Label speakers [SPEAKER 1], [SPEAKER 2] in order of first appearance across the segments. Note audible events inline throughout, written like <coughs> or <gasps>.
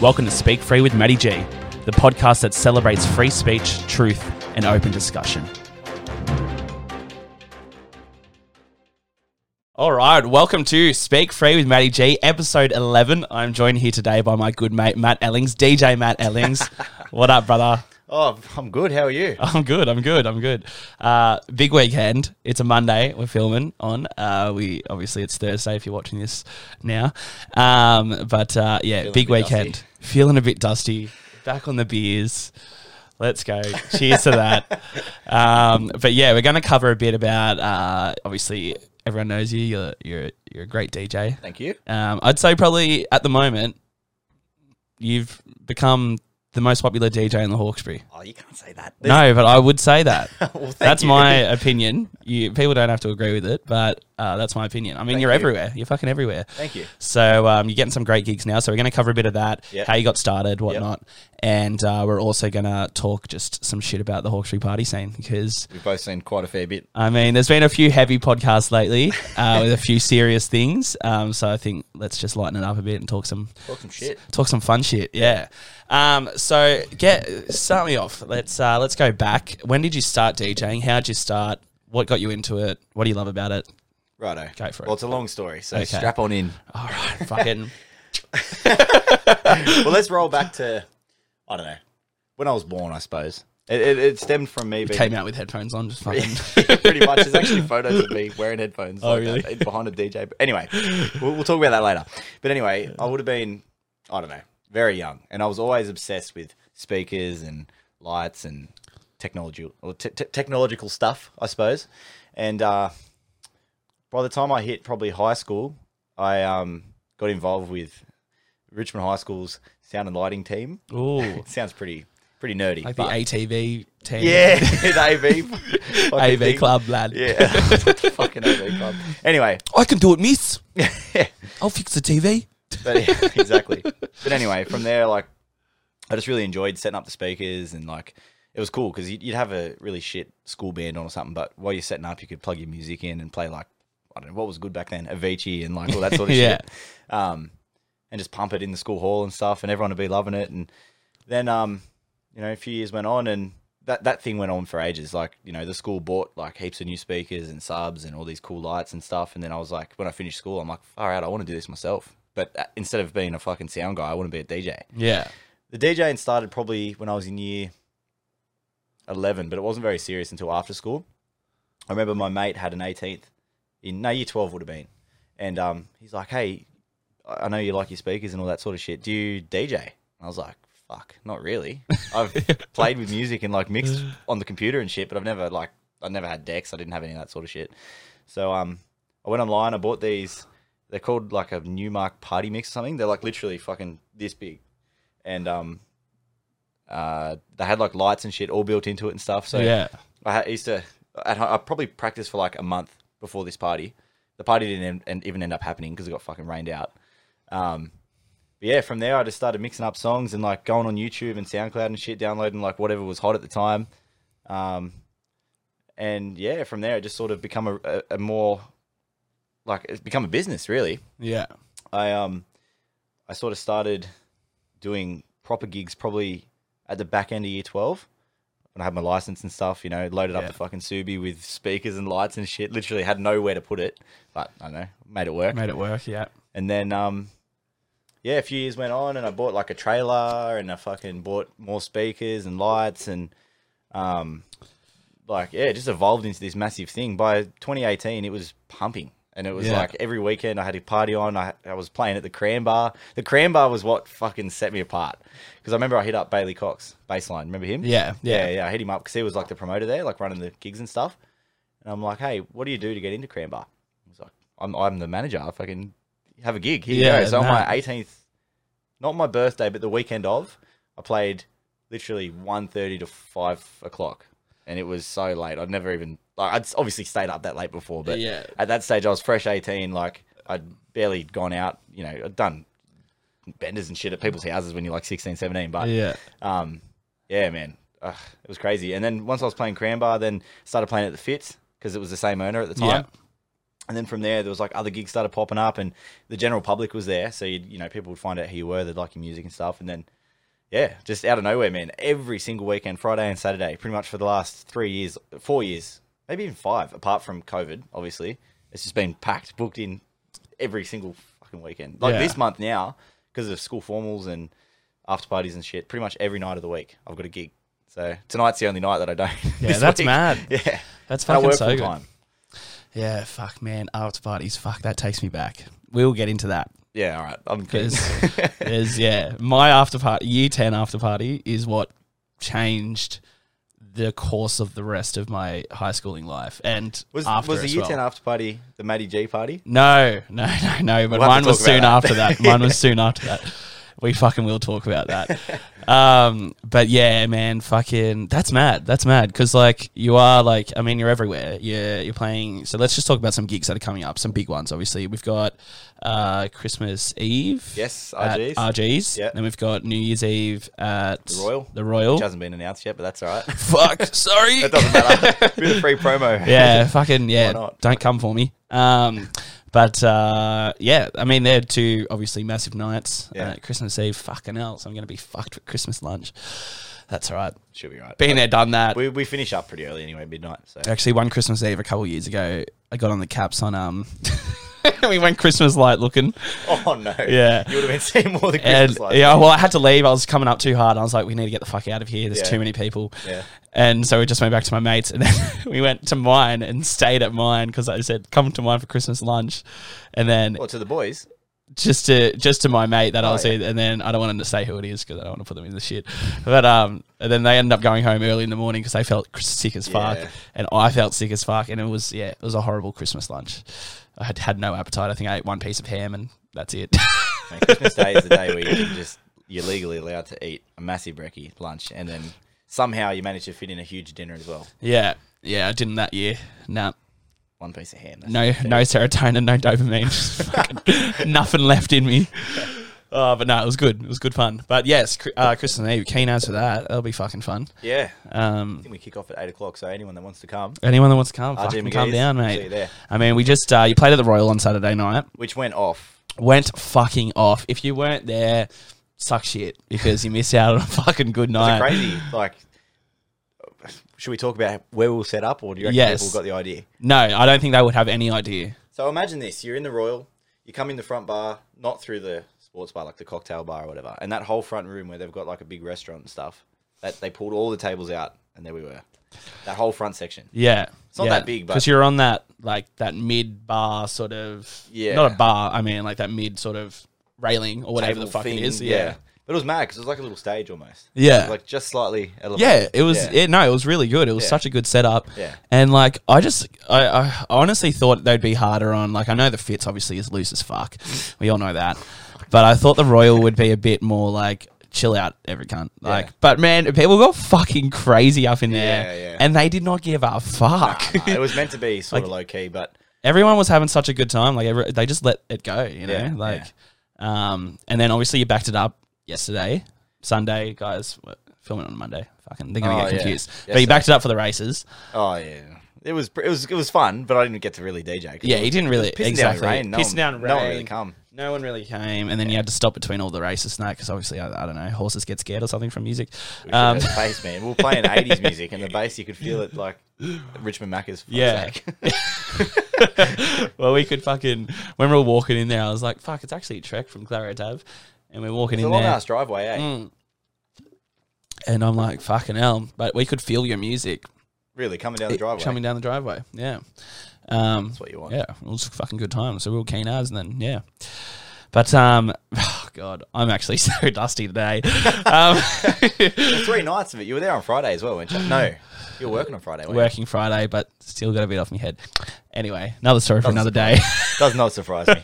[SPEAKER 1] Welcome to Speak Free with Maddie G, the podcast that celebrates free speech, truth, and open discussion. All right, welcome to Speak Free with Maddie G, episode 11. I'm joined here today by my good mate Matt Ellings, DJ Matt Ellings. what up, brother?
[SPEAKER 2] Oh, I'm good. How are you?
[SPEAKER 1] I'm good. I'm good. I'm good. Uh, big weekend. It's a Monday. We're filming on. Uh, we obviously it's Thursday if you're watching this now. Um, but uh, yeah,
[SPEAKER 2] Feeling a
[SPEAKER 1] big
[SPEAKER 2] bit
[SPEAKER 1] weekend.
[SPEAKER 2] dusty.
[SPEAKER 1] Feeling a bit dusty. Back on the beers. Let's go. Cheers to
[SPEAKER 2] <laughs>
[SPEAKER 1] that. Um, but yeah, we're going to cover a bit about. Uh, obviously, everyone knows you. You're you're you're a great DJ.
[SPEAKER 2] Thank you.
[SPEAKER 1] Um, I'd say probably at the moment, you've become the most popular DJ in the Hawkesbury.
[SPEAKER 2] Oh, you can't say that.
[SPEAKER 1] No, but I would say
[SPEAKER 2] <laughs>
[SPEAKER 1] that.
[SPEAKER 2] thank
[SPEAKER 1] that's
[SPEAKER 2] you.
[SPEAKER 1] my opinion. You people don't have to agree with it, but uh, that's my opinion. I mean, you're
[SPEAKER 2] you.
[SPEAKER 1] everywhere. You're fucking everywhere.
[SPEAKER 2] Thank you.
[SPEAKER 1] So um, you're getting some great gigs now. So we're going to cover a bit of that,
[SPEAKER 2] Yeah.
[SPEAKER 1] how you got started, whatnot, and uh, we're also going to talk just some shit about the Hawkesbury party scene because
[SPEAKER 2] We've both seen quite a fair bit.
[SPEAKER 1] I mean, there's been a few heavy podcasts lately uh, with a few serious things. Um, so I think let's just lighten it up a bit and talk some
[SPEAKER 2] Talk some shit.
[SPEAKER 1] talk some fun shit. Yeah. Um, so get start me off. Let's uh, let's go back. When did you start DJing? How'd you start? What got you into it? What do you love about it?
[SPEAKER 2] Righto.
[SPEAKER 1] Go for it.
[SPEAKER 2] Well, it's a long story, so
[SPEAKER 1] Okay.
[SPEAKER 2] strap on
[SPEAKER 1] <laughs>
[SPEAKER 2] in.
[SPEAKER 1] All right,
[SPEAKER 2] <laughs>
[SPEAKER 1] fucking
[SPEAKER 2] well, let's roll back to, I don't know, when I was born, I suppose. It, it, it stemmed from me being.
[SPEAKER 1] came out with headphones on. Just fucking.
[SPEAKER 2] <laughs> pretty much. There's actually photos of me wearing headphones
[SPEAKER 1] Oh,
[SPEAKER 2] like that,
[SPEAKER 1] really?
[SPEAKER 2] behind a DJ. But anyway, we'll, we'll talk about that later. But anyway, I would have been, I don't know, very young. And I was always obsessed with speakers and lights and technology or te- te- technological stuff, I suppose. And uh, by the time I hit probably high school, I um, got involved with Richmond High School's sound and lighting team.
[SPEAKER 1] Ooh,
[SPEAKER 2] It sounds pretty pretty nerdy.
[SPEAKER 1] like the
[SPEAKER 2] but-
[SPEAKER 1] ATV team.
[SPEAKER 2] yeah, <laughs> the AV. fucking
[SPEAKER 1] AV
[SPEAKER 2] thing.
[SPEAKER 1] club lad.
[SPEAKER 2] Yeah. <laughs> fucking AV club. Anyway,
[SPEAKER 1] I can do it,
[SPEAKER 2] <laughs>
[SPEAKER 1] miss.
[SPEAKER 2] but
[SPEAKER 1] I'll fix the TV.
[SPEAKER 2] yeah, <laughs> exactly. But anyway, from there, like, I just really enjoyed setting up the speakers and like, it was cool because you'd you'd have a really shit school band on or something, but while you're setting up, you could plug your music in and play like, I don't know, what was good back then, Avicii and like all
[SPEAKER 1] <laughs>
[SPEAKER 2] that sort of
[SPEAKER 1] Yeah.
[SPEAKER 2] shit. Um, and just pump it in the school hall and stuff, and everyone would be loving it. And then, um, you know, a few years went on and that, that thing went on for ages. Like, you know, the school bought like heaps of new speakers and subs and all these cool lights and stuff. And then I was like, when I finished school, I'm like, all right, I want to do this myself. But uh, instead of being a fucking sound guy, I want to be a DJ.
[SPEAKER 1] Yeah.
[SPEAKER 2] The DJing started probably when I was in year 11, but it wasn't very serious until after school. I remember my mate had an 18th in, no, year 12 would have been. And um, he's like, hey, I I know you like your speakers and all that sort of shit. Do you DJ? And I was like, fuck, not really. I've played with music and like mixed on the computer and shit, but I've never like, I never had decks. I didn't have any of that sort of shit. So um, I went online. I bought these. They're called like a Newmark Party Mix or something. They're like literally fucking this big, and um, uh, they had like lights and shit all built into it and stuff. So
[SPEAKER 1] Yeah.
[SPEAKER 2] I had, used to at home, I probably practiced for like a month before this party. The party didn't en- and even end up happening because it got fucking rained out. Um, but yeah, from there I just started mixing up songs and like going on YouTube and SoundCloud and shit, downloading like whatever was hot at the time. Um, and yeah, from there it just sort of become a, a, a more like it's become a business really.
[SPEAKER 1] Yeah.
[SPEAKER 2] I um I sort of started doing proper gigs probably at the back end of year twelve when I had my license and stuff. You know, loaded up the fucking Subi with speakers and lights and shit. Literally had nowhere to put it, but I don't know made it work.
[SPEAKER 1] Made it work. Yeah.
[SPEAKER 2] And then um yeah, a few years went on, and I bought like a trailer, and I fucking bought more speakers and lights, and um like yeah, it just evolved into this massive thing. By 2018, it was pumping. And it was
[SPEAKER 1] Yeah.
[SPEAKER 2] like every weekend I had a party on. I, I was playing at the Cram Bar. The Cram Bar was what fucking set me apart. Because I remember I hit up Bailey Cox, baseline. Remember him?
[SPEAKER 1] Yeah.
[SPEAKER 2] yeah,
[SPEAKER 1] Yeah.
[SPEAKER 2] yeah. I hit him up because he was like the promoter there, like running the gigs and stuff. And I'm like, hey, what do you do to get into Cranbar? He's like, I'm, I'm the manager. I fucking have a gig. Here
[SPEAKER 1] Yeah,
[SPEAKER 2] you go. So on
[SPEAKER 1] nah.
[SPEAKER 2] my 18th not my birthday, but the weekend of, I played literally 1.30 to 5 o'clock. And it was so late. I'd never even, like, I'd s- obviously stayed up that late before, but
[SPEAKER 1] Yeah.
[SPEAKER 2] at that stage, I was fresh 18. Like, I'd barely gone out. You know, I'd done benders and shit at people's houses when you're like 16, 17. But
[SPEAKER 1] Yeah.
[SPEAKER 2] um, yeah, man, Ugh, it was crazy. And then once I was playing Cranbar, then started playing at the Fits because it was the same owner at the time.
[SPEAKER 1] Yeah.
[SPEAKER 2] And then from there, there was like other gigs started popping up, and the general public was there, so you'd, you know people would find out who you were, they'd like your music and stuff. And then, yeah, just out of nowhere, man, every single weekend, Friday and Saturday, pretty much for the last three years, four years, maybe even five, apart from COVID, obviously, it's just been packed, booked in every single fucking weekend. Like
[SPEAKER 1] Yeah.
[SPEAKER 2] this month now, because of school formals and after parties and shit, pretty much every night of the week, I've got a gig. So tonight's the only night that I don't. <laughs>
[SPEAKER 1] Yeah,
[SPEAKER 2] this
[SPEAKER 1] that's mad.
[SPEAKER 2] Yeah,
[SPEAKER 1] That's
[SPEAKER 2] And I
[SPEAKER 1] fucking
[SPEAKER 2] work
[SPEAKER 1] so
[SPEAKER 2] full
[SPEAKER 1] good.
[SPEAKER 2] time.
[SPEAKER 1] Yeah, fuck, man. After parties, fuck, that takes me back. We'll get into that.
[SPEAKER 2] Yeah, all right. I'm good. <laughs>
[SPEAKER 1] Because, yeah, my after party, year 10 after party, is what changed the course of the rest of my high schooling life. And
[SPEAKER 2] Was,
[SPEAKER 1] after
[SPEAKER 2] was the
[SPEAKER 1] as
[SPEAKER 2] year
[SPEAKER 1] well.
[SPEAKER 2] 10 after party the Matty G party?
[SPEAKER 1] No, no, <laughs> no, no. But
[SPEAKER 2] We'll have to
[SPEAKER 1] mine was
[SPEAKER 2] talk about
[SPEAKER 1] soon
[SPEAKER 2] that.
[SPEAKER 1] after that. Mine
[SPEAKER 2] <laughs>
[SPEAKER 1] was soon after that. We fucking will talk about that. Um, but yeah, man, fucking, that's mad. That's mad because like you are like, I mean, you're everywhere. You're you're playing. So let's just talk about some gigs that are coming up. Some big ones, obviously. We've got uh, Christmas Eve.
[SPEAKER 2] Yes,
[SPEAKER 1] at
[SPEAKER 2] RGs.
[SPEAKER 1] RGs.
[SPEAKER 2] Yeah.
[SPEAKER 1] Then we've got New Year's Eve at
[SPEAKER 2] The Royal.
[SPEAKER 1] The Royal.
[SPEAKER 2] Which hasn't been announced yet, but that's all right. <laughs>
[SPEAKER 1] Fuck. Sorry.
[SPEAKER 2] It doesn't matter. <laughs> Bit of
[SPEAKER 1] <laughs>
[SPEAKER 2] free promo. <laughs>
[SPEAKER 1] yeah, fucking yeah.
[SPEAKER 2] not?
[SPEAKER 1] Don't come for me. Um, but uh, yeah, I mean they're two obviously massive nights.
[SPEAKER 2] Yeah.
[SPEAKER 1] Uh, Christmas Eve, fucking hell, so I'm gonna be fucked with Christmas lunch. That's all right.
[SPEAKER 2] Should be right.
[SPEAKER 1] Been there, done that.
[SPEAKER 2] We, we finish up pretty early anyway, midnight. So
[SPEAKER 1] Actually, one Christmas Eve a couple years ago, I got on the caps on um. <laughs> we went Christmas light looking.
[SPEAKER 2] Oh, no.
[SPEAKER 1] Yeah.
[SPEAKER 2] You would have been seeing more than
[SPEAKER 1] And
[SPEAKER 2] Christmas lights.
[SPEAKER 1] yeah, well, I had
[SPEAKER 2] <laughs>
[SPEAKER 1] to leave. I was coming up too hard. I was like, we need to get the fuck out of here. There's
[SPEAKER 2] Yeah.
[SPEAKER 1] too many people.
[SPEAKER 2] Yeah.
[SPEAKER 1] And so we just went back to my mates, and then <laughs> we went to mine and stayed at mine because I said, "Come to mine for Christmas lunch," and then
[SPEAKER 2] Well, to the boys.
[SPEAKER 1] just to just to my mate that I
[SPEAKER 2] Oh,
[SPEAKER 1] was
[SPEAKER 2] yeah.
[SPEAKER 1] with, and then I don't want him to say who it is because I don't want to put them in the shit. But um, and then they ended up going home early in the morning because they felt cr- sick as fuck,
[SPEAKER 2] Yeah.
[SPEAKER 1] and I felt sick as fuck, and it was yeah, it was a horrible Christmas lunch. I had had no appetite. I think I ate one piece of ham, and that's it. <laughs>
[SPEAKER 2] Man, Christmas Day is the day where you can just, you're legally allowed to eat a massive brekkie lunch and then somehow you manage to fit in a huge dinner as well.
[SPEAKER 1] yeah, yeah, I didn't that year. Nah.
[SPEAKER 2] One piece of ham. that's
[SPEAKER 1] No, no serotonin, no
[SPEAKER 2] <laughs>
[SPEAKER 1] dopamine, Just fucking nothing left in me. Oh, but no, it was good. It was good fun. But yes, Chri- uh, Christmas Eve, keen as for that. That'll be fucking fun.
[SPEAKER 2] Yeah.
[SPEAKER 1] Um,
[SPEAKER 2] I think we kick off at 8 o'clock, so anyone that wants to come,
[SPEAKER 1] Anyone that wants to come,
[SPEAKER 2] RJ
[SPEAKER 1] fucking come
[SPEAKER 2] McGee's.
[SPEAKER 1] down,
[SPEAKER 2] See you
[SPEAKER 1] mate.
[SPEAKER 2] there.
[SPEAKER 1] I mean, we just uh, you played at the Royal on Saturday night.
[SPEAKER 2] which went off.
[SPEAKER 1] Went fucking off. If you weren't there, suck shit because you missed out on a fucking good
[SPEAKER 2] It's
[SPEAKER 1] night.
[SPEAKER 2] crazy. Like, should we talk about where we'll set up or do you reckon
[SPEAKER 1] Yes.
[SPEAKER 2] people got the idea?
[SPEAKER 1] No, I don't think they would have any idea.
[SPEAKER 2] So imagine this: you're in the Royal, you come in the front bar, not through the sports bar, like the cocktail bar or whatever, and that whole front room where they've got like a big restaurant and stuff. That they pulled all the tables out, and there we were. That whole front section.
[SPEAKER 1] Yeah, it's
[SPEAKER 2] not that big, but-
[SPEAKER 1] because you're on that like that mid bar sort of
[SPEAKER 2] Yeah.
[SPEAKER 1] not a bar. I mean, like that mid sort of railing or whatever
[SPEAKER 2] Table
[SPEAKER 1] the fuck
[SPEAKER 2] thing,
[SPEAKER 1] it is. Yeah.
[SPEAKER 2] But it was mad because it was like a little stage almost.
[SPEAKER 1] Yeah.
[SPEAKER 2] It was, like just sligely elevated.
[SPEAKER 1] Yeah, it was.
[SPEAKER 2] Yeah.
[SPEAKER 1] It, no, it was really good. It was
[SPEAKER 2] Yeah.
[SPEAKER 1] such a good setup.
[SPEAKER 2] Yeah.
[SPEAKER 1] And like, I just, I, I honestly thought they'd be harder on. Like, I know the fits obviously is loose as fuck. We all know that. But I thought the Royal would be a bit more like chill out, every cunt. Like,
[SPEAKER 2] Yeah.
[SPEAKER 1] but man, people got fucking crazy up in there,
[SPEAKER 2] Yeah, yeah.
[SPEAKER 1] and they did not give a fuck.
[SPEAKER 2] Uh, it was meant to be sort of low key, but
[SPEAKER 1] Everyone was having such a good time. Like, every, they just let it go. You know,
[SPEAKER 2] Yeah,
[SPEAKER 1] like, um, and then obviously you backed it up yesterday, Sunday, guys. What, filming on Monday. Fucking, they're gonna
[SPEAKER 2] Oh,
[SPEAKER 1] get
[SPEAKER 2] yeah.
[SPEAKER 1] confused. But
[SPEAKER 2] Yesterday.
[SPEAKER 1] you backed it up for the races.
[SPEAKER 2] oh yeah, it was it was it was fun, but I didn't get to really DJ. 'cause
[SPEAKER 1] Yeah,
[SPEAKER 2] it
[SPEAKER 1] he
[SPEAKER 2] was-
[SPEAKER 1] didn't
[SPEAKER 2] it was
[SPEAKER 1] really
[SPEAKER 2] pissing
[SPEAKER 1] exactly
[SPEAKER 2] Down rain. No
[SPEAKER 1] pissing
[SPEAKER 2] one,
[SPEAKER 1] down rain.
[SPEAKER 2] No one really come.
[SPEAKER 1] No one really came, and then you had to stop between all the races and that because obviously I, I don't know horses get scared or something from music. Um,
[SPEAKER 2] Um, bass man, we're playing '80s music, and the bass you could feel it like Richmond Macca's. for fuck's
[SPEAKER 1] <laughs> Yeah.
[SPEAKER 2] sake.
[SPEAKER 1] <laughs> well, we could fucking when we were walking in there, I was like, "Fuck, it's actually a trek from Claret Ave," and we're walking
[SPEAKER 2] It's a
[SPEAKER 1] <laughs> in
[SPEAKER 2] long
[SPEAKER 1] there, Mm.
[SPEAKER 2] ass driveway, eh?
[SPEAKER 1] and I'm like, "Fucking hell!" But we could feel your music
[SPEAKER 2] Really coming down the driveway.
[SPEAKER 1] coming down the driveway. Yeah, um, that's
[SPEAKER 2] what you want.
[SPEAKER 1] Yeah, it was a fucking good time. So we were keen as, and then yeah. But um, <sighs> oh god, I'm actually <laughs> so dusty
[SPEAKER 2] <laughs>
[SPEAKER 1] today. um, <laughs>
[SPEAKER 2] Three nights of it. You were there on Friday as well, weren't you? No, you were working on Friday. Weren't
[SPEAKER 1] working Friday, but still got a bit off my head. Anyway, another story for another day. <laughs>
[SPEAKER 2] you? Does not surprise me.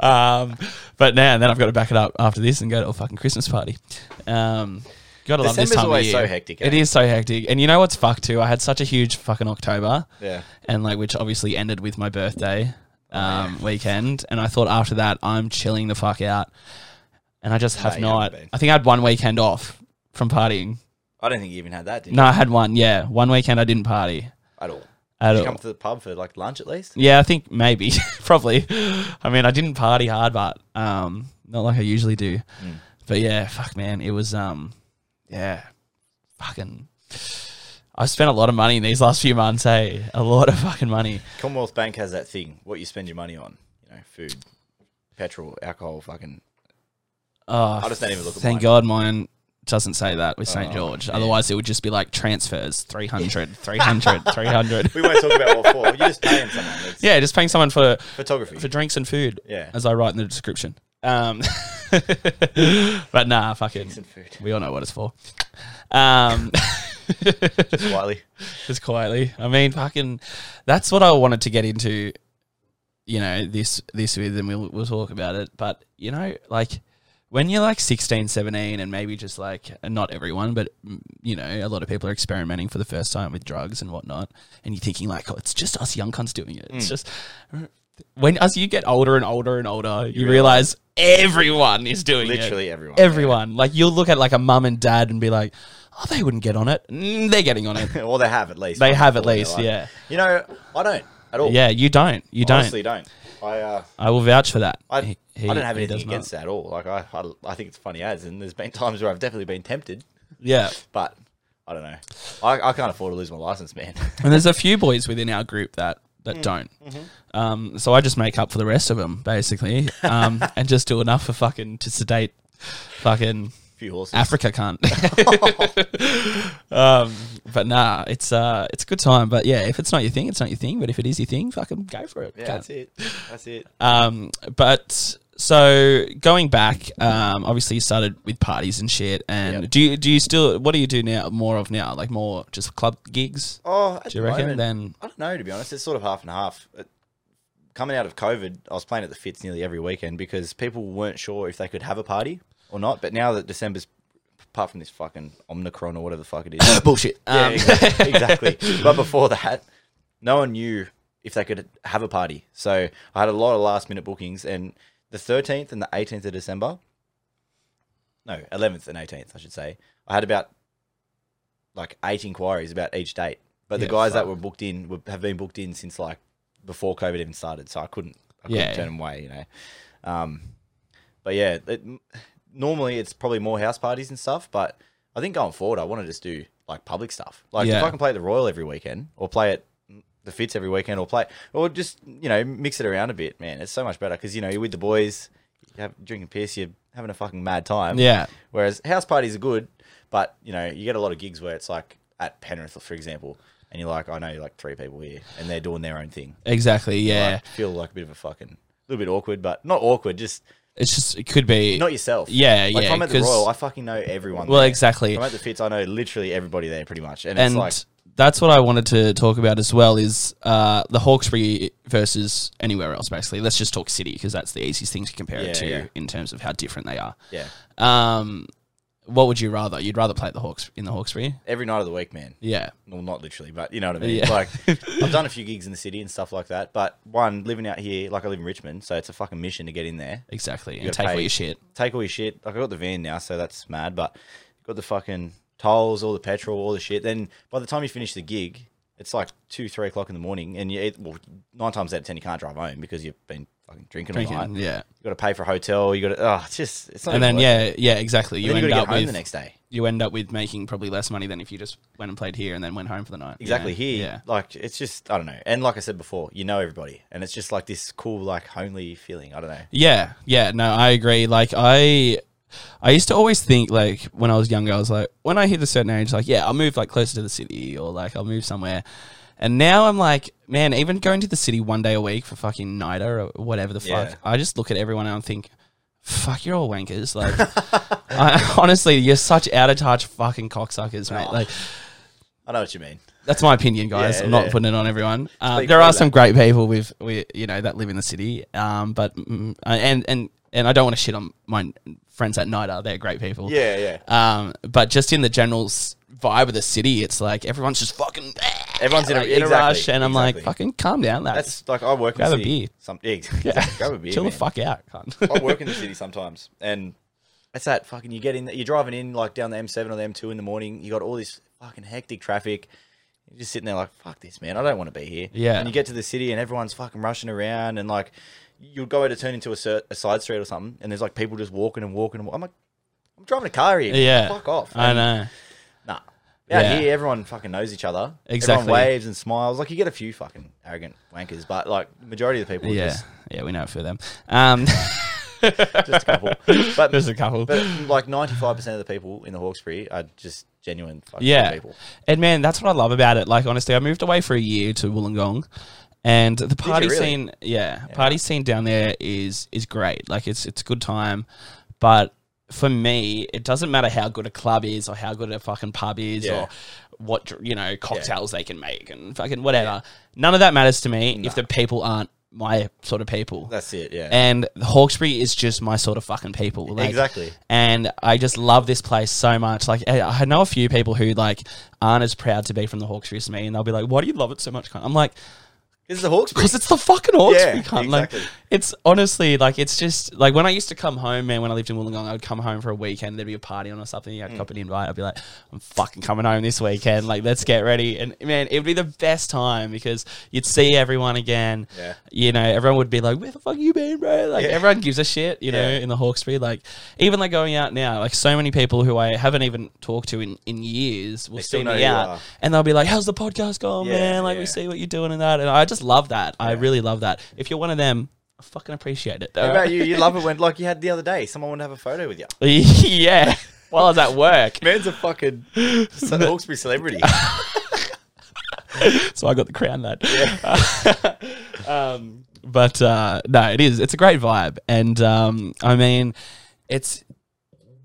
[SPEAKER 1] um, but now, and then I've got to back it up after this and go to a fucking Christmas party. Um, gotta love this
[SPEAKER 2] December's
[SPEAKER 1] time
[SPEAKER 2] always
[SPEAKER 1] of year.
[SPEAKER 2] so hectic, eh?
[SPEAKER 1] It is so hectic, and you know what's fucked too? I had such a huge fucking October,
[SPEAKER 2] Yeah. Oh,
[SPEAKER 1] and like which obviously ended with my birthday um, weekend, and I thought after that I'm chilling the fuck out, and I just have
[SPEAKER 2] you
[SPEAKER 1] not.
[SPEAKER 2] haven't been.
[SPEAKER 1] I think I had one weekend off from partying.
[SPEAKER 2] I don't think you even had that, did you?
[SPEAKER 1] No, I had one. Yeah, one weekend I didn't party
[SPEAKER 2] At all.
[SPEAKER 1] at
[SPEAKER 2] Did you
[SPEAKER 1] all.
[SPEAKER 2] come to the pub for like lunch at least?
[SPEAKER 1] Yeah, I think maybe, <laughs> probably. I mean, I didn't party hard, but um, not like I usually do. But yeah, fuck, man, it was um, yeah, fucking. I've spent a lot of money in these last few months. Hey, a lot of fucking money.
[SPEAKER 2] Commonwealth Bank has that thing, what you spend your money on, you know, food, petrol, alcohol, fucking.
[SPEAKER 1] Oh,
[SPEAKER 2] I just don't even look at
[SPEAKER 1] thank
[SPEAKER 2] mine.
[SPEAKER 1] God mine doesn't say that with St. George. Otherwise, it would just be like transfers 300, 300, 300.
[SPEAKER 2] We won't talk about what for. You're just paying someone.
[SPEAKER 1] <laughs>
[SPEAKER 2] It's
[SPEAKER 1] Yeah, just paying someone for
[SPEAKER 2] Photography.
[SPEAKER 1] for drinks and food.
[SPEAKER 2] Yeah.
[SPEAKER 1] as I write in the description. Um, <laughs> but nah, fucking.
[SPEAKER 2] and food.
[SPEAKER 1] We all know what it's for. Um, <laughs>
[SPEAKER 2] Wiley.
[SPEAKER 1] just quietly. I mean, fucking. That's what I wanted to get into. You know this this with, and we'll we'll talk about it. But you know, like when you're like 16, 17, and maybe just like and not everyone, but mm, you know, a lot of people are experimenting for the first time with drugs and whatnot, and you're thinking like, oh, it's just us young cunts doing it. It's just uh, when as you get older and older and older, you, realize everyone is doing it.
[SPEAKER 2] Literally everyone, yeah.
[SPEAKER 1] Everyone. Like you'll look at like a mum and dad and be like, oh, they wouldn't get on it. Mm, they're getting on it.
[SPEAKER 2] <laughs> Well, they have at least.
[SPEAKER 1] They
[SPEAKER 2] once
[SPEAKER 1] have at
[SPEAKER 2] before in their
[SPEAKER 1] least,
[SPEAKER 2] life.
[SPEAKER 1] yeah.
[SPEAKER 2] You know, I don't at all.
[SPEAKER 1] Yeah, you don't. You
[SPEAKER 2] I
[SPEAKER 1] don't.
[SPEAKER 2] Oh. honestly don't. I uh,
[SPEAKER 1] I will vouch for that.
[SPEAKER 2] I,
[SPEAKER 1] He- he-
[SPEAKER 2] I don't have
[SPEAKER 1] he
[SPEAKER 2] anything
[SPEAKER 1] does not.
[SPEAKER 2] against that at all. Like I, I I think it's funny ads, and there's been <laughs> times where I've definitely been tempted,
[SPEAKER 1] Yeah.
[SPEAKER 2] but I don't know. I, I can't afford to lose my license, man. <laughs>
[SPEAKER 1] And there's a few boys within our group that, that
[SPEAKER 2] Mm.
[SPEAKER 1] don't.
[SPEAKER 2] Mm-hmm.
[SPEAKER 1] Um, so I just make up for the rest of them, basically,
[SPEAKER 2] <laughs>
[SPEAKER 1] um, and just do enough for fucking to sedate fucking
[SPEAKER 2] few horses.
[SPEAKER 1] Africa
[SPEAKER 2] <laughs>
[SPEAKER 1] cunt. um, but nah, it's uh, it's a good time. But yeah, if it's not your thing, it's not your thing. But if it is your thing, fucking go for it.
[SPEAKER 2] Yeah,
[SPEAKER 1] cunt.
[SPEAKER 2] that's it. That's it.
[SPEAKER 1] Um, but so going back, um, obviously you started with parties and shit. And
[SPEAKER 2] Yep.
[SPEAKER 1] do you do you still what do you do now? More of now, like more just club gigs.
[SPEAKER 2] Oh, at
[SPEAKER 1] do you
[SPEAKER 2] the
[SPEAKER 1] reckon?
[SPEAKER 2] moment,
[SPEAKER 1] Then
[SPEAKER 2] I don't know. To be honest, it's sort of half and half. It- Coming out of COVID, I was playing at the Fits nearly every weekend because people weren't sure if they could have a party or not. But now that December's, apart from this fucking Omicron or whatever the fuck it
[SPEAKER 1] <laughs>
[SPEAKER 2] is,
[SPEAKER 1] bullshit.
[SPEAKER 2] Yeah,
[SPEAKER 1] Um, <laughs>
[SPEAKER 2] exactly. exactly. But before that, no one knew if they could have a party. So I had a lot of last minute bookings, and the 13th and the 18th of December, no, 11th and 18th, I should say, I had about like eight inquiries about each date. But the
[SPEAKER 1] Yeah,
[SPEAKER 2] guys that
[SPEAKER 1] fuck.
[SPEAKER 2] were booked in were, have been booked in since like before COVID even started. So I couldn't, I couldn't
[SPEAKER 1] Yeah.
[SPEAKER 2] turn them away, you know. Um, but yeah, it, normally it's probably more house parties and stuff. But I think going forward, I want to just do like public stuff. Like if
[SPEAKER 1] Yeah.
[SPEAKER 2] I can play at the Royal every weekend, or play at the Fits every weekend, or play, or just you know mix it around a bit, man. It's so much better because you know you're with the boys, you have drinking piss, you're having a fucking mad time.
[SPEAKER 1] Yeah.
[SPEAKER 2] Whereas house parties are good, but you know you get a lot of gigs where it's like at Penrith, for example, and you're like, I know like three people here, and they're doing their own thing.
[SPEAKER 1] exactly. Yeah.
[SPEAKER 2] I feel like a bit of a fucking. A little bit awkward, but not awkward. Just
[SPEAKER 1] It's just it could be
[SPEAKER 2] not yourself.
[SPEAKER 1] Yeah,
[SPEAKER 2] like, If
[SPEAKER 1] yeah,
[SPEAKER 2] I'm at the
[SPEAKER 1] 'cause-
[SPEAKER 2] Royal, I fucking know everyone.
[SPEAKER 1] Well,
[SPEAKER 2] there.
[SPEAKER 1] exactly.
[SPEAKER 2] If I'm at the Fits, I know literally everybody there, pretty much. And,
[SPEAKER 1] and
[SPEAKER 2] it's
[SPEAKER 1] that's what I wanted to talk about as well is uh, the Hawkesbury versus anywhere else. Basically, let's just talk city because that's the easiest thing to compare
[SPEAKER 2] Yeah,
[SPEAKER 1] it to
[SPEAKER 2] yeah.
[SPEAKER 1] in terms of how different they are.
[SPEAKER 2] like, yeah,
[SPEAKER 1] Um, what would you rather? You'd rather play at the Hawks in the Hawkesbury?
[SPEAKER 2] every night of the week, man.
[SPEAKER 1] Yeah.
[SPEAKER 2] Well, not literally, but you know what I mean.
[SPEAKER 1] Yeah. <laughs>
[SPEAKER 2] Like, I've done a few gigs in the city and stuff like that. But one, living out here, like I live in Richmond, so it's a fucking mission to get in there.
[SPEAKER 1] Exactly.
[SPEAKER 2] You
[SPEAKER 1] And
[SPEAKER 2] gotta
[SPEAKER 1] take
[SPEAKER 2] pay.
[SPEAKER 1] away your shit.
[SPEAKER 2] Take all your shit. Like I got the van now, so that's mad. But got the fucking tolls, all the petrol, all the shit. Then by the time you finish the gig, it's like two, three o'clock in the morning, and you it, well, nine times out of ten you can't drive home because you've been fucking drinking, all
[SPEAKER 1] Drinking.
[SPEAKER 2] night.
[SPEAKER 1] Yeah.
[SPEAKER 2] You got to pay for a hotel. You got to. Oh, it's just it's not.
[SPEAKER 1] And
[SPEAKER 2] even
[SPEAKER 1] then
[SPEAKER 2] worth it.
[SPEAKER 1] yeah, yeah, exactly. You
[SPEAKER 2] then you
[SPEAKER 1] end
[SPEAKER 2] gotta
[SPEAKER 1] up
[SPEAKER 2] get home
[SPEAKER 1] with
[SPEAKER 2] the next day.
[SPEAKER 1] You end up with making probably less money than if you just went and played here and then went home for the night. you know?
[SPEAKER 2] exactly here
[SPEAKER 1] Yeah.
[SPEAKER 2] like it's just i don't know and like i said before you know everybody and it's just like this cool like homely feeling i don't know
[SPEAKER 1] Yeah, yeah, no, I agree. Like I I used to always think like when I was younger, I was like, when I hit a certain age, like, yeah, I'll move like closer to the city or like I'll move somewhere. And now I'm like, man, even going to the city one day a week for fucking NIDA or whatever the fuck,
[SPEAKER 2] Yeah.
[SPEAKER 1] I just look at everyone and I think, fuck, you're all wankers.
[SPEAKER 2] <laughs> Oh.
[SPEAKER 1] Like, I, honestly, you're such out of touch fucking cocksuckers, mate. Like,
[SPEAKER 2] I know what you mean.
[SPEAKER 1] That's my opinion, guys.
[SPEAKER 2] Yeah,
[SPEAKER 1] I'm not
[SPEAKER 2] yeah.
[SPEAKER 1] putting it on everyone. Uh,
[SPEAKER 2] Speak
[SPEAKER 1] there
[SPEAKER 2] for
[SPEAKER 1] are
[SPEAKER 2] that.
[SPEAKER 1] some great people with, with you know that live in the city, um, but mm, and and and I don't want to shit on my friends at night. Are they're great people?
[SPEAKER 2] Yeah, yeah.
[SPEAKER 1] Um, but just in the general s- vibe of the city, it's like everyone's just fucking <laughs>
[SPEAKER 2] Everyone's in a-
[SPEAKER 1] like,
[SPEAKER 2] exactly,
[SPEAKER 1] rush, and I'm
[SPEAKER 2] exactly.
[SPEAKER 1] like, fucking calm down, lads.
[SPEAKER 2] That's like I work.
[SPEAKER 1] Grab a
[SPEAKER 2] in the city
[SPEAKER 1] beer.
[SPEAKER 2] Some, yeah, <laughs> exactly. Grab a beer.
[SPEAKER 1] Chill
[SPEAKER 2] man.
[SPEAKER 1] the fuck out, cunt.
[SPEAKER 2] I work in the city sometimes, and it's that fucking. You get in, you're driving in like down the M7 or the M2 in the morning. You got all this fucking hectic traffic. You're just sitting there like, fuck this, man. I don't want to be here.
[SPEAKER 1] Yeah.
[SPEAKER 2] And you get to the city, and everyone's fucking rushing around, and like, you'll go to turn into a, cer- a side street or something, and there's like people just walking and walking. And wa- I'm like, I'm driving a car
[SPEAKER 1] <laughs>
[SPEAKER 2] here.
[SPEAKER 1] yeah,
[SPEAKER 2] Fuck off.
[SPEAKER 1] I
[SPEAKER 2] And
[SPEAKER 1] know.
[SPEAKER 2] Nah. Out
[SPEAKER 1] Yeah.
[SPEAKER 2] here, everyone fucking knows each other.
[SPEAKER 1] Exactly.
[SPEAKER 2] Everyone waves and smiles. Like you get a few fucking arrogant wankers, but like majority of the people, are
[SPEAKER 1] Yeah,
[SPEAKER 2] just,
[SPEAKER 1] yeah, we know it for them. Um, <laughs>
[SPEAKER 2] just a couple. But
[SPEAKER 1] there's a couple.
[SPEAKER 2] But like ninety five percent of the people in the Hawkesbury are just genuine fucking
[SPEAKER 1] yeah.
[SPEAKER 2] people.
[SPEAKER 1] And man, that's what I love about it. Like honestly, I moved away for a year to Wollongong, and the party
[SPEAKER 2] really?
[SPEAKER 1] scene, yeah, party scene down there is is great. Like it's it's a good time, but for me, it doesn't matter how good a club is or how good a fucking pub is
[SPEAKER 2] Yeah.
[SPEAKER 1] or what dr- you know cocktails they can make and fucking whatever. None of that matters to me if the people aren't my sort of people.
[SPEAKER 2] That's it, yeah.
[SPEAKER 1] And Hawkesbury is just my sort of fucking people. like-
[SPEAKER 2] Exactly.
[SPEAKER 1] And I just love this place so much. Like I I know a few people who like aren't as proud to be from the Hawkesbury as me, and they'll be like, "Why do you love it so much?" cunt?" I'm like,
[SPEAKER 2] This is
[SPEAKER 1] <laughs>
[SPEAKER 2] the Hawkesbury.
[SPEAKER 1] "Cause it's the fucking Hawkesbury."
[SPEAKER 2] Yeah,
[SPEAKER 1] cunt." Like
[SPEAKER 2] exactly.
[SPEAKER 1] it's honestly like it's just like when I used to come home, man. When I lived in Wollongong, I would come home for a weekend. There'd be a party on or something.
[SPEAKER 2] Mm.
[SPEAKER 1] I'd cop an invite. I'd be like, "I'm fucking coming home this weekend. Like let's get ready." And man, it would be the best time because you'd see everyone again
[SPEAKER 2] Yeah.
[SPEAKER 1] you know, everyone would be like, "Where the fuck you been, bro?" Like
[SPEAKER 2] Yeah.
[SPEAKER 1] everyone gives a shit, you know,
[SPEAKER 2] Yeah.
[SPEAKER 1] in the Hawkesbury. Like even like going out now, like so many people who I haven't even talked to in in years will
[SPEAKER 2] still
[SPEAKER 1] see
[SPEAKER 2] know who
[SPEAKER 1] me
[SPEAKER 2] you
[SPEAKER 1] out,
[SPEAKER 2] are.
[SPEAKER 1] and they'll be like, "How's the podcast going,
[SPEAKER 2] Yeah,
[SPEAKER 1] man?" Like we
[SPEAKER 2] yeah.
[SPEAKER 1] see what you're doing and that, and I just love that. I really love that. If you're one of them, I fucking appreciate it.
[SPEAKER 2] What
[SPEAKER 1] Though.
[SPEAKER 2] about you? You love it when like you had the other day, someone wanted to have a photo with you.
[SPEAKER 1] <laughs> yeah. While I was at
[SPEAKER 2] <laughs>
[SPEAKER 1] work,
[SPEAKER 2] Man's a fucking so-
[SPEAKER 1] <laughs>
[SPEAKER 2] Hawkesbury celebrity.
[SPEAKER 1] so I got the crown lad. <laughs> um, but uh, no, it is. It's a great vibe, and um, I mean, it's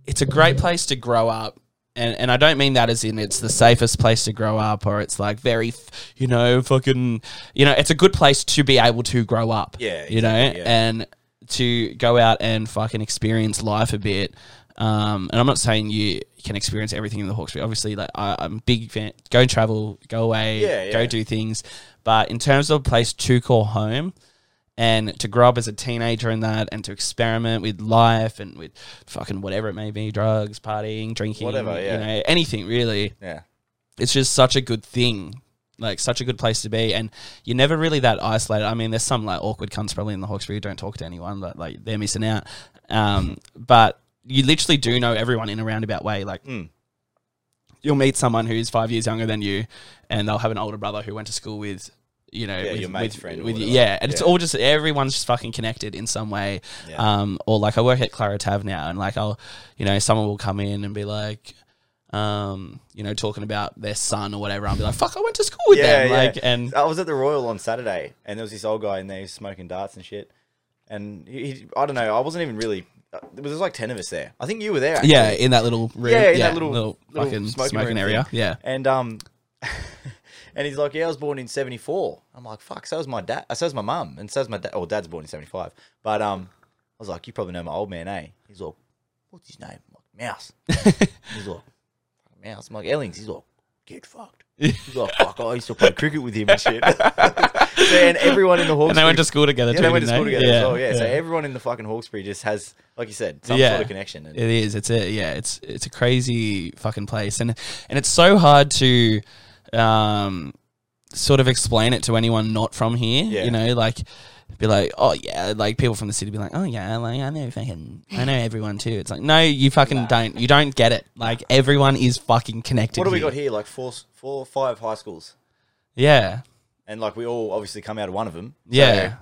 [SPEAKER 1] it's a great place to grow up. And, and I don't mean that as in it's the safest place to grow up or it's like very, you know, fucking, you know, it's a good place to be able to grow up.
[SPEAKER 2] Yeah,
[SPEAKER 1] You know,
[SPEAKER 2] exactly, yeah.
[SPEAKER 1] and to go out and fucking experience life a bit. Um, and I'm not saying you can experience everything in the Hawkesbury. Obviously, like I, I'm a big fan, go travel, go away,
[SPEAKER 2] Yeah,
[SPEAKER 1] go
[SPEAKER 2] yeah.
[SPEAKER 1] do things. But in terms of a place to call home, and to grow up as a teenager in that and to experiment with life and with fucking whatever it may be drugs partying drinking
[SPEAKER 2] Whatever, yeah.
[SPEAKER 1] you know anything really
[SPEAKER 2] yeah.
[SPEAKER 1] it's just such a good thing like such a good place to be and you're never really that isolated i mean there's some like awkward cunts probably in the hawkesbury who don't talk to anyone but like they're missing out um,
[SPEAKER 2] <laughs>
[SPEAKER 1] but you literally do know everyone in a roundabout way like
[SPEAKER 2] Hmm.
[SPEAKER 1] you'll meet someone who's five years younger than you, and they'll have an older brother who went to school with, you know,
[SPEAKER 2] Yeah,
[SPEAKER 1] with,
[SPEAKER 2] your mate's
[SPEAKER 1] with-
[SPEAKER 2] friend or
[SPEAKER 1] with-
[SPEAKER 2] whatever.
[SPEAKER 1] yeah, and it's
[SPEAKER 2] Yeah.
[SPEAKER 1] all just everyone's just fucking connected in some way.
[SPEAKER 2] Yeah.
[SPEAKER 1] Um, or like I work at Clara Tav now, and like I'll, you know, someone will come in and be like. Um, you know, talking about their son or whatever, I'll be like, "Fuck, I went to school with
[SPEAKER 2] Yeah,
[SPEAKER 1] them."
[SPEAKER 2] yeah.
[SPEAKER 1] Like, and
[SPEAKER 2] I was at the Royal on Saturday, and there was this old guy in there who's smoking darts and shit. And he, he, I don't know, I wasn't even really. uh, There was like ten of us there. I think you were there. Actually.
[SPEAKER 1] yeah, in that little room,
[SPEAKER 2] yeah, in that little, little
[SPEAKER 1] fucking
[SPEAKER 2] smoking,
[SPEAKER 1] smoking,
[SPEAKER 2] room
[SPEAKER 1] area,
[SPEAKER 2] thing.
[SPEAKER 1] yeah,
[SPEAKER 2] And um, <laughs> and he's like, yeah, I was born in '74. I'm like, fuck, so was my dad, so was my mum, and so was my dad. Oh, dad's born in '75. But um, I was like, you probably know my old man, eh? He's like, what's his name? I'm
[SPEAKER 1] <laughs>
[SPEAKER 2] like, Mouse. he's like, Mouse. I'm like, Ellings. He's like,
[SPEAKER 1] <laughs>
[SPEAKER 2] get fucked. He's like, fuck, I used to play cricket with him and shit. <laughs> So, and everyone in the Hawks.
[SPEAKER 1] and they went to school together.
[SPEAKER 2] yeah,
[SPEAKER 1] too,
[SPEAKER 2] they went to
[SPEAKER 1] didn't
[SPEAKER 2] school
[SPEAKER 1] they?
[SPEAKER 2] together as well. Yeah. so everyone in the fucking Hawkesbury just has, like you said, some sort of connection. And,
[SPEAKER 1] It is. It's a yeah. It's it's a crazy fucking place, and and it's so hard to, um, sort of explain it to anyone not from here.
[SPEAKER 2] Yeah.
[SPEAKER 1] You know, like be like, oh yeah, like people from the city be like, oh yeah, like I know fucking, I know everyone too. It's like, no, you fucking don't. You don't get it. Like everyone is fucking connected.
[SPEAKER 2] what do we got here? Like four, four, five high schools.
[SPEAKER 1] Yeah,
[SPEAKER 2] and like we all obviously come out of one of them.
[SPEAKER 1] yeah.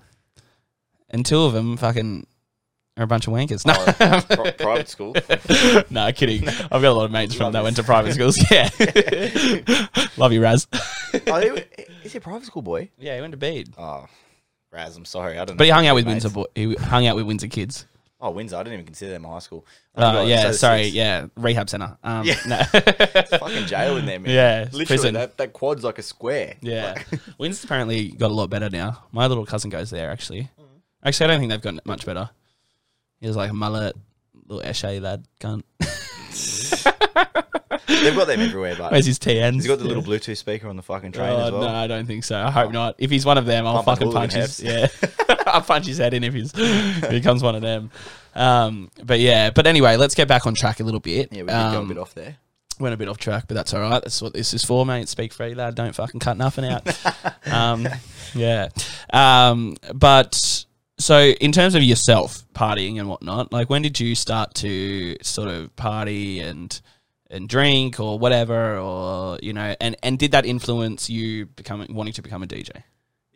[SPEAKER 1] And two of them fucking are a bunch of wankers. No.
[SPEAKER 2] <laughs> Oh. Pri- private school.
[SPEAKER 1] <laughs> no, kidding. I've got a lot of mates from that went to private schools. <laughs>
[SPEAKER 2] <laughs>
[SPEAKER 1] Yeah. Love you, Raz.
[SPEAKER 2] <laughs> Oh, he- is he a private school boy?
[SPEAKER 1] Yeah, he went to Bede.
[SPEAKER 2] Oh, Raz, I'm sorry, I don't.
[SPEAKER 1] But he
[SPEAKER 2] know.
[SPEAKER 1] hung out with
[SPEAKER 2] Mates.
[SPEAKER 1] Windsor boy. He hung out with Windsor kids.
[SPEAKER 2] Oh, Windsor. I didn't even consider them high school. I
[SPEAKER 1] Uh,
[SPEAKER 2] forgot.
[SPEAKER 1] yeah,
[SPEAKER 2] So
[SPEAKER 1] sorry,
[SPEAKER 2] it's-
[SPEAKER 1] yeah, rehab center. Um,
[SPEAKER 2] Yeah.
[SPEAKER 1] no.
[SPEAKER 2] It's fucking jail in there, man.
[SPEAKER 1] Yeah, it's
[SPEAKER 2] Literally,
[SPEAKER 1] prison.
[SPEAKER 2] That, that quad's like a square.
[SPEAKER 1] <laughs> yeah, Wins apparently got a lot better now. My little cousin goes there actually. Actually, I don't think they've gotten much better. He was like a mullet, little Eshe lad, <laughs> cunt.
[SPEAKER 2] They've got them everywhere,
[SPEAKER 1] <laughs>
[SPEAKER 2] but
[SPEAKER 1] Where's Oh, his TNs?
[SPEAKER 2] he's got the little Bluetooth speaker on the fucking train
[SPEAKER 1] Oh,
[SPEAKER 2] as well. Oh.
[SPEAKER 1] No, I don't think so. I hope not. If he's one of them, I'll
[SPEAKER 2] Pump my
[SPEAKER 1] fucking
[SPEAKER 2] hooligan
[SPEAKER 1] punch his. Yeah,
[SPEAKER 2] <laughs>
[SPEAKER 1] <laughs> I'll punch his head in if he's <laughs> if he becomes one of them. Um, but yeah, but anyway, let's get back on track a little bit.
[SPEAKER 2] Yeah, we did go a
[SPEAKER 1] Um,
[SPEAKER 2] bit off there.
[SPEAKER 1] Went a bit off track, but that's all right. That's what this is for, mate. Speak free, lad. Don't fucking cut nothing
[SPEAKER 2] <laughs>
[SPEAKER 1] out. um, yeah. Um, but so in terms of yourself partying and whatnot, like when did you start to sort of party and and drink or whatever, or you know, and and did that influence you becoming wanting to become a DJ?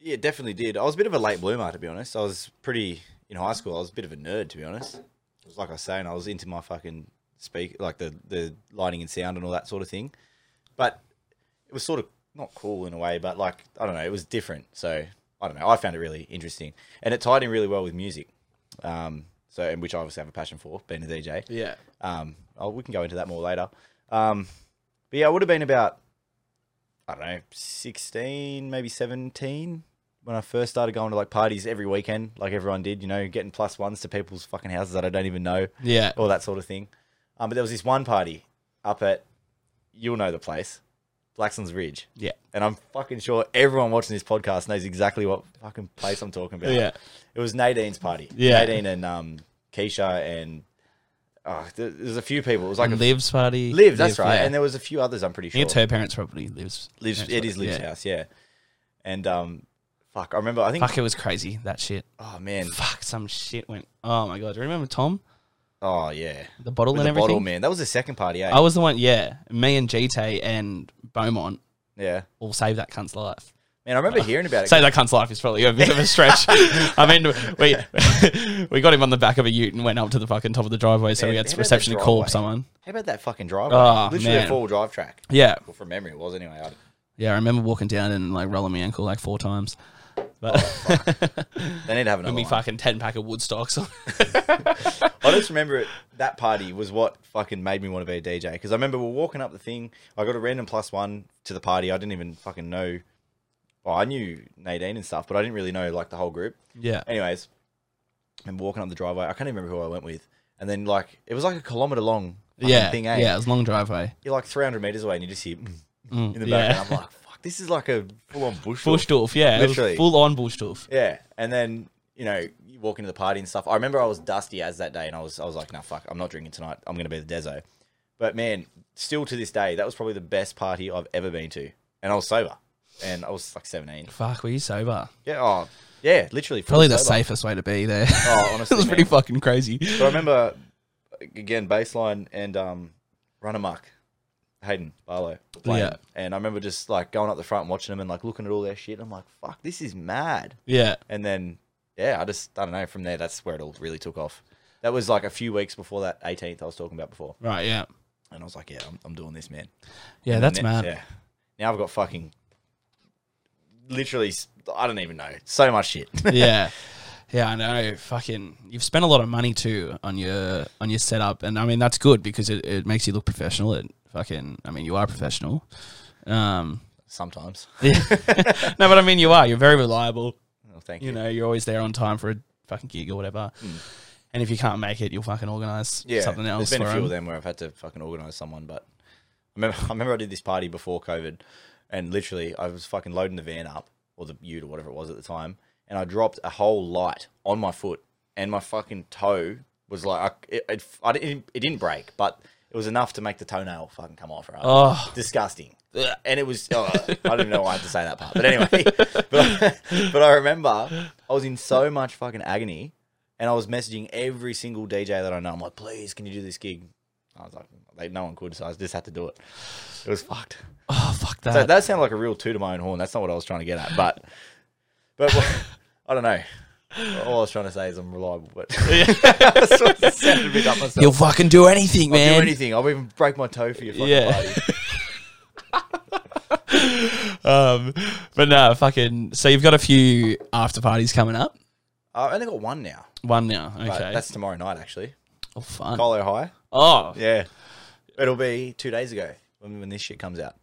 [SPEAKER 2] Yeah, definitely did. I was a bit of a late bloomer, to be honest. I was pretty in high school. I was a bit of a nerd, to be honest. It was like I was saying, I was into my fucking speak, like the the lighting and sound and all that sort of thing. But it was sort of not cool in a way, but like I don't know, it was different. So I don't know. I found it really interesting, and it tied in really well with music. Um, so and which I obviously have a passion for, being a DJ.
[SPEAKER 1] Yeah.
[SPEAKER 2] Um, oh, we can go into that more later. Um, but yeah, I would have been about, I don't know, 16, maybe 17 when I first started going to like parties every weekend, like everyone did, you know, getting plus ones to people's fucking houses that I don't even know,
[SPEAKER 1] Yeah.
[SPEAKER 2] all that sort of thing. Um, but there was this one party up at, you'll know the place, Blackson's Ridge.
[SPEAKER 1] Yeah.
[SPEAKER 2] And I'm fucking sure everyone watching this podcast knows exactly what fucking place I'm talking about.
[SPEAKER 1] Yeah.
[SPEAKER 2] It was Nadine's party.
[SPEAKER 1] Yeah.
[SPEAKER 2] Nadine and um, Keisha and oh, there- there's a few people. It was like a
[SPEAKER 1] Lives party.
[SPEAKER 2] Liv, that's right.
[SPEAKER 1] yeah.
[SPEAKER 2] And there was a few others. I'm pretty
[SPEAKER 1] I
[SPEAKER 2] sure.
[SPEAKER 1] think it's her parents' property. Lives.
[SPEAKER 2] Liv's,
[SPEAKER 1] parents'
[SPEAKER 2] it is
[SPEAKER 1] property,
[SPEAKER 2] Liv's
[SPEAKER 1] yeah.
[SPEAKER 2] house, yeah. And um, fuck, I remember. I think.
[SPEAKER 1] Fuck, it was crazy that shit.
[SPEAKER 2] Oh man.
[SPEAKER 1] Fuck, some shit went. Oh my god, do you remember Tom?
[SPEAKER 2] Oh yeah.
[SPEAKER 1] The bottle
[SPEAKER 2] With
[SPEAKER 1] and
[SPEAKER 2] the
[SPEAKER 1] everything. Oh.
[SPEAKER 2] bottle man. That was the second party, eh?
[SPEAKER 1] I was the one. Yeah, me and GT and Beaumont
[SPEAKER 2] yeah.
[SPEAKER 1] all saved that cunt's life.
[SPEAKER 2] Man, I remember hearing about it.
[SPEAKER 1] Save that cunt's life is probably a bit of a
[SPEAKER 2] <laughs>
[SPEAKER 1] stretch. I mean, we we <laughs> got him on the back of a Ute and went up to the fucking top of the driveway, so
[SPEAKER 2] Man,
[SPEAKER 1] we
[SPEAKER 2] how about
[SPEAKER 1] had
[SPEAKER 2] the
[SPEAKER 1] reception to call up
[SPEAKER 2] driveway?
[SPEAKER 1] someone.
[SPEAKER 2] How about that fucking driveway?
[SPEAKER 1] Oh,
[SPEAKER 2] Literally
[SPEAKER 1] man.
[SPEAKER 2] a four-wheel drive track.
[SPEAKER 1] Yeah,
[SPEAKER 2] Well, from memory, it was anyway. I,
[SPEAKER 1] yeah. I remember walking down and like rolling my ankle like four times.
[SPEAKER 2] Oh,
[SPEAKER 1] But
[SPEAKER 2] they need to have
[SPEAKER 1] <laughs>
[SPEAKER 2] another.
[SPEAKER 1] and we
[SPEAKER 2] one.
[SPEAKER 1] fucking ten pack of
[SPEAKER 2] <laughs>
[SPEAKER 1] Woodstocks.
[SPEAKER 2] I just remember it, that party was what fucking made me want to be a DJ because I remember we we're walking up the thing. I got a random plus one to the party. I didn't even fucking know. Well, I knew Nadine and stuff, but I didn't really know like the whole group.
[SPEAKER 1] yeah,
[SPEAKER 2] Anyways, I'm walking up the driveway. I can't even remember who I went with. And then like it was like a kilometer long fucking
[SPEAKER 1] yeah,
[SPEAKER 2] thing, eh?
[SPEAKER 1] yeah. It was a long driveway.
[SPEAKER 2] You're like 300 meters away, and you just hear <laughs> mm,
[SPEAKER 1] Mm,
[SPEAKER 2] in the
[SPEAKER 1] yeah.
[SPEAKER 2] background. I'm like, fuck, this is like a full on bush. walk.
[SPEAKER 1] Bushtorf, yeah,
[SPEAKER 2] Literally.
[SPEAKER 1] full on Bushtorf.
[SPEAKER 2] Yeah, and then you know you walk into the party and stuff. I remember I was dusty as that day, and I was I was like, nah, fuck, I'm not drinking tonight. I'm gonna be the Dezo. But man, still to this day, that was probably the best party I've ever been to, and I was sober, and I was like 17.
[SPEAKER 1] Fuck, were you sober?
[SPEAKER 2] Yeah, oh, yeah, literally.
[SPEAKER 1] Probably the
[SPEAKER 2] same.
[SPEAKER 1] safest way to be there. <laughs>
[SPEAKER 2] Oh, honestly,
[SPEAKER 1] it was pretty
[SPEAKER 2] man.
[SPEAKER 1] fucking crazy.
[SPEAKER 2] But I remember again baseline and um, run amok, Hayden Barlow. were playing.
[SPEAKER 1] Yeah.
[SPEAKER 2] and I remember just like going up the front and watching them and like looking at all their shit. And I'm like, fuck, this is mad.
[SPEAKER 1] Yeah,
[SPEAKER 2] And then, yeah, I just, I don't know, from there, that's where it all really took off. That was like a few weeks before that 18th I was talking about before.
[SPEAKER 1] right. Yeah,
[SPEAKER 2] And I was like, yeah, I'm, I'm doing this, man.
[SPEAKER 1] yeah.
[SPEAKER 2] And
[SPEAKER 1] That's
[SPEAKER 2] then-
[SPEAKER 1] mad.
[SPEAKER 2] Yeah. Now I've got fucking literally, s- I don't even know, so much shit.
[SPEAKER 1] <laughs>
[SPEAKER 2] <laughs>
[SPEAKER 1] yeah. Yeah, I know. Fucking, you've spent a lot of money too on your on your setup, and I mean that's good because it, it makes you look professional. It fucking, I mean, you are
[SPEAKER 2] <laughs>
[SPEAKER 1] professional. Um,
[SPEAKER 2] Sometimes.
[SPEAKER 1] no, but I mean you are. You're very reliable.
[SPEAKER 2] Oh, thank you.
[SPEAKER 1] You know, you're always there on time for a fucking gig or whatever. And if you can't make it, you'll fucking organize
[SPEAKER 2] Hmm. yeah,
[SPEAKER 1] something else.
[SPEAKER 2] There's been
[SPEAKER 1] for
[SPEAKER 2] a few
[SPEAKER 1] 'em.
[SPEAKER 2] of them where I've had to fucking organise someone, but I remember, <laughs> I remember I did this party before COVID, and literally I was fucking loading the van up or the Ute or whatever it was at the time, and I dropped a whole light on my foot, and my fucking toe was like I, it, it, I didn't it didn't break, but it was enough to make the toenail fucking come off. Right?
[SPEAKER 1] Oh.
[SPEAKER 2] disgusting. And it was oh, I don't even know why I had to say that part, but anyway, <laughs> but, but I remember I was in so much fucking agony and I was messaging every single DJ that I know. I'm like, please, can you do this gig? I was like, like no one could, so I just had to do it. It was fucked.
[SPEAKER 1] Oh fuck that.
[SPEAKER 2] So that sounded like a real toot of my own horn. That's not what I was trying to get at, but but <laughs> I don't know. All I was trying to say is I'm reliable, but <laughs> I sort of sounded a bit up myself.
[SPEAKER 1] You'll fucking do anything,
[SPEAKER 2] I'll
[SPEAKER 1] man.
[SPEAKER 2] do anything. I'll even break my toe for your fucking
[SPEAKER 1] Yeah.
[SPEAKER 2] party.
[SPEAKER 1] Um, but no, fucking. So you've got a few after parties comoming up.
[SPEAKER 2] Uh, I only got one now.
[SPEAKER 1] One now. Okay.
[SPEAKER 2] But that's tomorrow night, actually.
[SPEAKER 1] oh, fun.
[SPEAKER 2] Colo High.
[SPEAKER 1] Oh,
[SPEAKER 2] Yeah. It'll be two days ago when, when this shit comes out.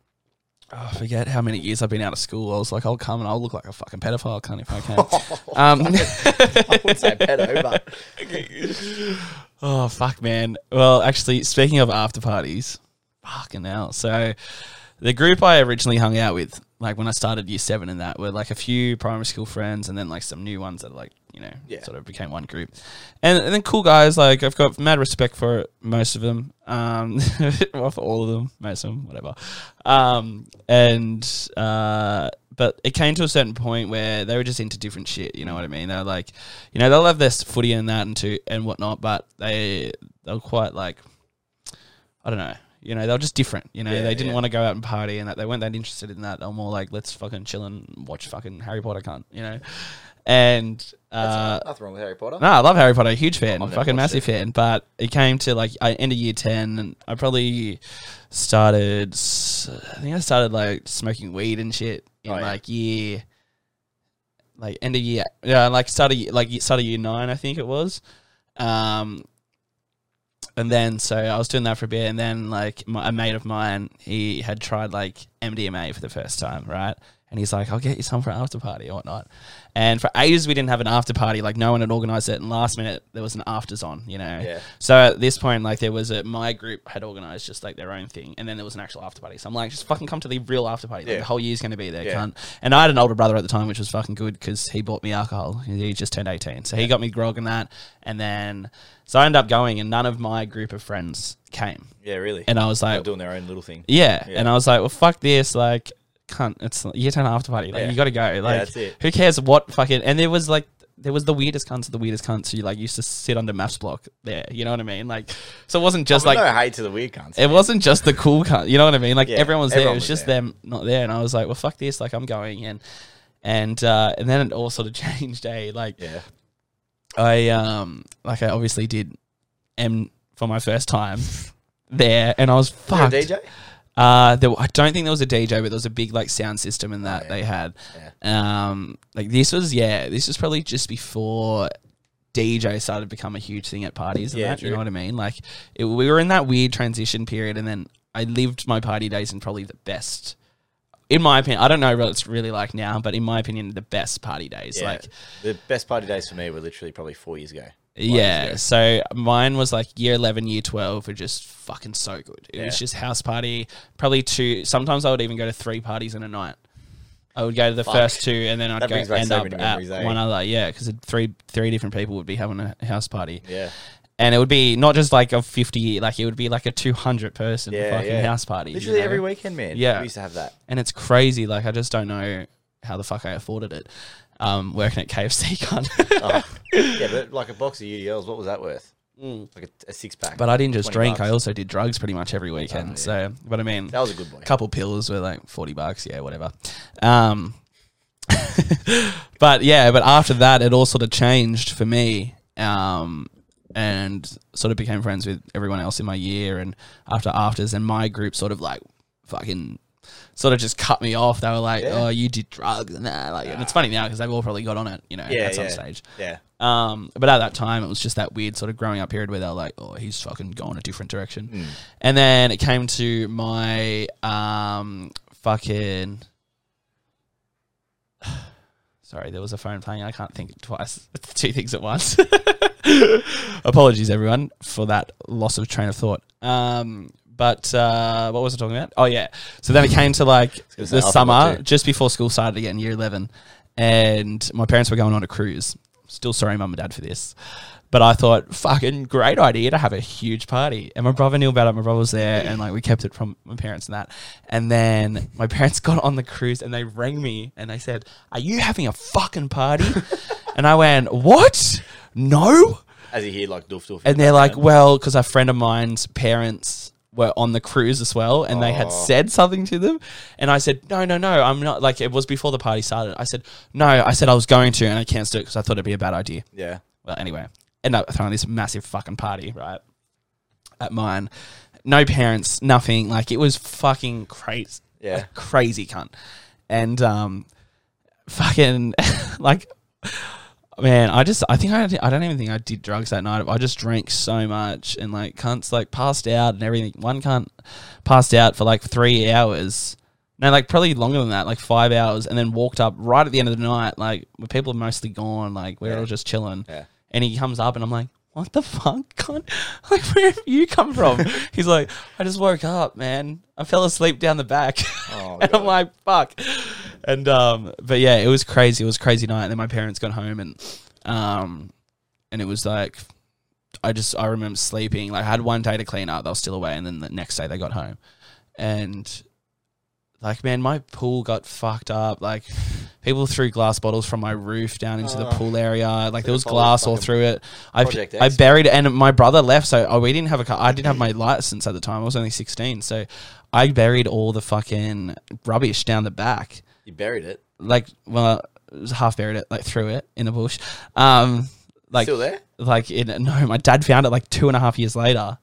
[SPEAKER 1] I forget how many years I've been out of school. I was like, I'll come and I'll look like a fucking pedophile, cunt, if I
[SPEAKER 2] <laughs>
[SPEAKER 1] can. um, <laughs>
[SPEAKER 2] I would say pedo, but
[SPEAKER 1] Oh fuck, man. Well, actually, speaking of after parties, fucking hell. So, the group I originally hung out with, like when I started year seven and that, were like a few primary school friends, and then like some new ones that like you know
[SPEAKER 2] Yeah.
[SPEAKER 1] sort of became one group, and, and then cool guys. Like I've got mad respect for most of them, um, <laughs> well for all of them, most of them, whatever. Um, and uh, but it came to a certain point where they were just into different shit. You know what I mean? They're like, you know, they'll have their footy and that and to and whatnot, but they they're quite like I don't know. You know, they were just different. You know,
[SPEAKER 2] Yeah,
[SPEAKER 1] they didn't
[SPEAKER 2] yeah.
[SPEAKER 1] want to go out and party and that. They weren't that interested in that. They're more like, let's fucking chill and watch fucking Harry Potter, cunt. You know, and <laughs> uh,
[SPEAKER 2] nothing wrong with Harry Potter.
[SPEAKER 1] no, I love Harry Potter. Huge fan,
[SPEAKER 2] I've never
[SPEAKER 1] fucking
[SPEAKER 2] watched
[SPEAKER 1] massive fan. But it came to like I end of year ten, and I probably started. s- I think I started like smoking weed and shit in
[SPEAKER 2] Oh, yeah.
[SPEAKER 1] like year, like end of year, yeah, like start of year- like start of year nine, I think it was. Um, and then so I was doing that for a bit, and then like my, a mate of mine, he had tried like MDMA for the first time, right? And he's like, "I'll get you some for an after party or whatnot." And for ages, we didn't have an after party. Like no one had organised it, and last minute there was an afters on, you know.
[SPEAKER 2] Yeah.
[SPEAKER 1] So at this point, like there was a my group had organised just like their own thing, and then there was an actual after party. So I'm like, just fucking come to the real after party. Like,
[SPEAKER 2] Yeah.
[SPEAKER 1] The whole year's going to be there,
[SPEAKER 2] Yeah.
[SPEAKER 1] cunt. And I had an older brother at the time, which was fucking good because he bought me alcohol. He just turned 18. So he got me grog and that. And then, so I ended up going, and none of my group of friends came.
[SPEAKER 2] Yeah, really.
[SPEAKER 1] And I was
[SPEAKER 2] They're
[SPEAKER 1] like,
[SPEAKER 2] doing their own little thing.
[SPEAKER 1] yeah.
[SPEAKER 2] Yeah.
[SPEAKER 1] And I was like, well, fuck this. Like, cunt, it's year 10 after party. Like,
[SPEAKER 2] Yeah.
[SPEAKER 1] you got to go. Like,
[SPEAKER 2] that's it.
[SPEAKER 1] who cares what fucking. And there was like, there was the weirdest cunts of the weirdest cunts who like used to sit under maps block there. You know what I mean? Like, so it wasn't just like
[SPEAKER 2] no hate to the weird cunts.
[SPEAKER 1] it wasn't just the cool cunt. You know what I mean? Like
[SPEAKER 2] Yeah,
[SPEAKER 1] everyone's there. it
[SPEAKER 2] everyone
[SPEAKER 1] was,
[SPEAKER 2] was
[SPEAKER 1] just
[SPEAKER 2] there.
[SPEAKER 1] them not there. And I was like, well, fuck this. Like I'm going and and uh, and then it all sort of <laughs> changed. Eh? Like
[SPEAKER 2] yeah.
[SPEAKER 1] I um like I obviously did M for my first time <laughs> there, and I was
[SPEAKER 2] You're a
[SPEAKER 1] fucked.
[SPEAKER 2] DJ?
[SPEAKER 1] Uh, there, I don't think there was a DJ, but there was a big like sound system and
[SPEAKER 2] Oh,
[SPEAKER 1] that they had. Um, like this was yeah, this was probably just before DJ started to become a huge thing at parties. And
[SPEAKER 2] Yeah,
[SPEAKER 1] that, you
[SPEAKER 2] true.
[SPEAKER 1] know what I mean? Like it, we were in that weird transition period, and then I lived my party days in probably the best. In my opinion, I don't know what it's really like now, but in my opinion, the best party days.
[SPEAKER 2] Yeah.
[SPEAKER 1] Like,
[SPEAKER 2] the best party days for me were literally probably four years ago.
[SPEAKER 1] yeah. So mine was like year 11, year 12 were just fucking so good. It was
[SPEAKER 2] Yeah.
[SPEAKER 1] just house party, probably two. Sometimes I would even go to three parties in a night. I would go to the first two and then I'd
[SPEAKER 2] That
[SPEAKER 1] go
[SPEAKER 2] brings back
[SPEAKER 1] end
[SPEAKER 2] so
[SPEAKER 1] up
[SPEAKER 2] many
[SPEAKER 1] at
[SPEAKER 2] memories, eh?
[SPEAKER 1] one other. Yeah. Because three, three different people would be having a house party.
[SPEAKER 2] Yeah.
[SPEAKER 1] And it would be not just like a 50, like it would be like a 200 person
[SPEAKER 2] Yeah.
[SPEAKER 1] fucking
[SPEAKER 2] yeah.
[SPEAKER 1] house party. you
[SPEAKER 2] Literally
[SPEAKER 1] know?
[SPEAKER 2] every weekend, man.
[SPEAKER 1] Yeah.
[SPEAKER 2] We used to have that.
[SPEAKER 1] and it's crazy. Like I just don't know how the fuck I afforded it. Um, working at <laughs> KFC, cunt.
[SPEAKER 2] Yeah, but like a box of UDLs, what was that worth? Like a, a six pack.
[SPEAKER 1] Mm. but I didn't just
[SPEAKER 2] 20
[SPEAKER 1] drink.
[SPEAKER 2] bucks.
[SPEAKER 1] I also did drugs pretty much every weekend. So, but I mean,
[SPEAKER 2] That was a good boy.
[SPEAKER 1] a couple pills were like forty bucks. Yeah, whatever. Um, <laughs> but yeah, but after that, it all sort of changed for me. Um, and sort of became friends with everyone else in my year and after afters and my group sort of like fucking sort of just cut me off they were like oh you did drugs and that like and it's funny now because they've all probably got on it you know
[SPEAKER 2] Yeah,
[SPEAKER 1] at some
[SPEAKER 2] yeah.
[SPEAKER 1] stage
[SPEAKER 2] Yeah.
[SPEAKER 1] um, but at that time, it was just that weird sort of growing up period where they were like, "Oh, he's fucking going a different direction," and then it came to my um, fucking. <sighs> Sorry, there was a phone playing. I can't think twice, <laughs> two things at once. Apologies, everyone, for that loss of train of thought. Um, but uh, what was I talking about? Oh yeah. So then it came to
[SPEAKER 2] <laughs>
[SPEAKER 1] like
[SPEAKER 2] gonna say
[SPEAKER 1] the
[SPEAKER 2] alphabet
[SPEAKER 1] summer,
[SPEAKER 2] too.
[SPEAKER 1] just before school started again, year eleven, and my parents were going on a cruise. Still sorry, mum and dad, for this. But I thought, fucking great idea to have a huge party. And my brother knew about it. My brother was there, and like we kept it from my parents and that. And then my parents <laughs> got on the cruise and they rang me and they said, Are you having a fucking
[SPEAKER 2] <laughs>
[SPEAKER 1] party? and I went, What? No.
[SPEAKER 2] As you hear like doof doof.
[SPEAKER 1] And they're like, well, because a friend of mine's parents were on the cruise as well, and they had said something to them. And I said, no, no, no, I'm not. Like, it was before the party started. I said, no, I said I was going to, and I cancelled it because I thought it'd be a bad idea.
[SPEAKER 2] Yeah.
[SPEAKER 1] Well, anyway, end up throwing this massive fucking party, right? At mine. No parents, nothing. Like, it was fucking crazy.
[SPEAKER 2] Yeah.
[SPEAKER 1] Like, <laughs> crazy cunt. And, um, fucking, like, Man, I just I think I I don't even think I did drugs that night. I just drank so much and like cunts like passed out and everything. One cunt passed out for like three hours. No, like probably longer than that, like five hours, and then walked up right at the end of the night, like where people are mostly gone, like we're all just chilling.
[SPEAKER 2] Yeah.
[SPEAKER 1] And he comes up and I'm like, What the fuck? cunt? <laughs> Like where have you come
[SPEAKER 2] <laughs>
[SPEAKER 1] from? He's like, I just woke up, man. I fell asleep down the back.
[SPEAKER 2] Oh,
[SPEAKER 1] <laughs> and
[SPEAKER 2] God.
[SPEAKER 1] I'm like, fuck. And um, but yeah, it was crazy. It was a crazy night. And then my parents got home and um, and it was like, I just I remember sleeping. Like I had one day to clean up. They were still away, and then the next day they got home, and like man, my pool got fucked up. Like people threw glass bottles from my roof down into
[SPEAKER 2] Ah.
[SPEAKER 1] the pool area. Like, there was
[SPEAKER 2] a
[SPEAKER 1] glass all
[SPEAKER 2] fucking
[SPEAKER 1] through it. I
[SPEAKER 2] Project
[SPEAKER 1] I
[SPEAKER 2] X.
[SPEAKER 1] buried it, and my brother left. So oh, we didn't have a car. I didn't have my license at the time. I was only sixteen, so I buried all the fucking rubbish down the back
[SPEAKER 2] You buried it.
[SPEAKER 1] like well it was half buried it like threw it in the bush um like
[SPEAKER 2] Still there?
[SPEAKER 1] like in no my dad found it like two and a half years later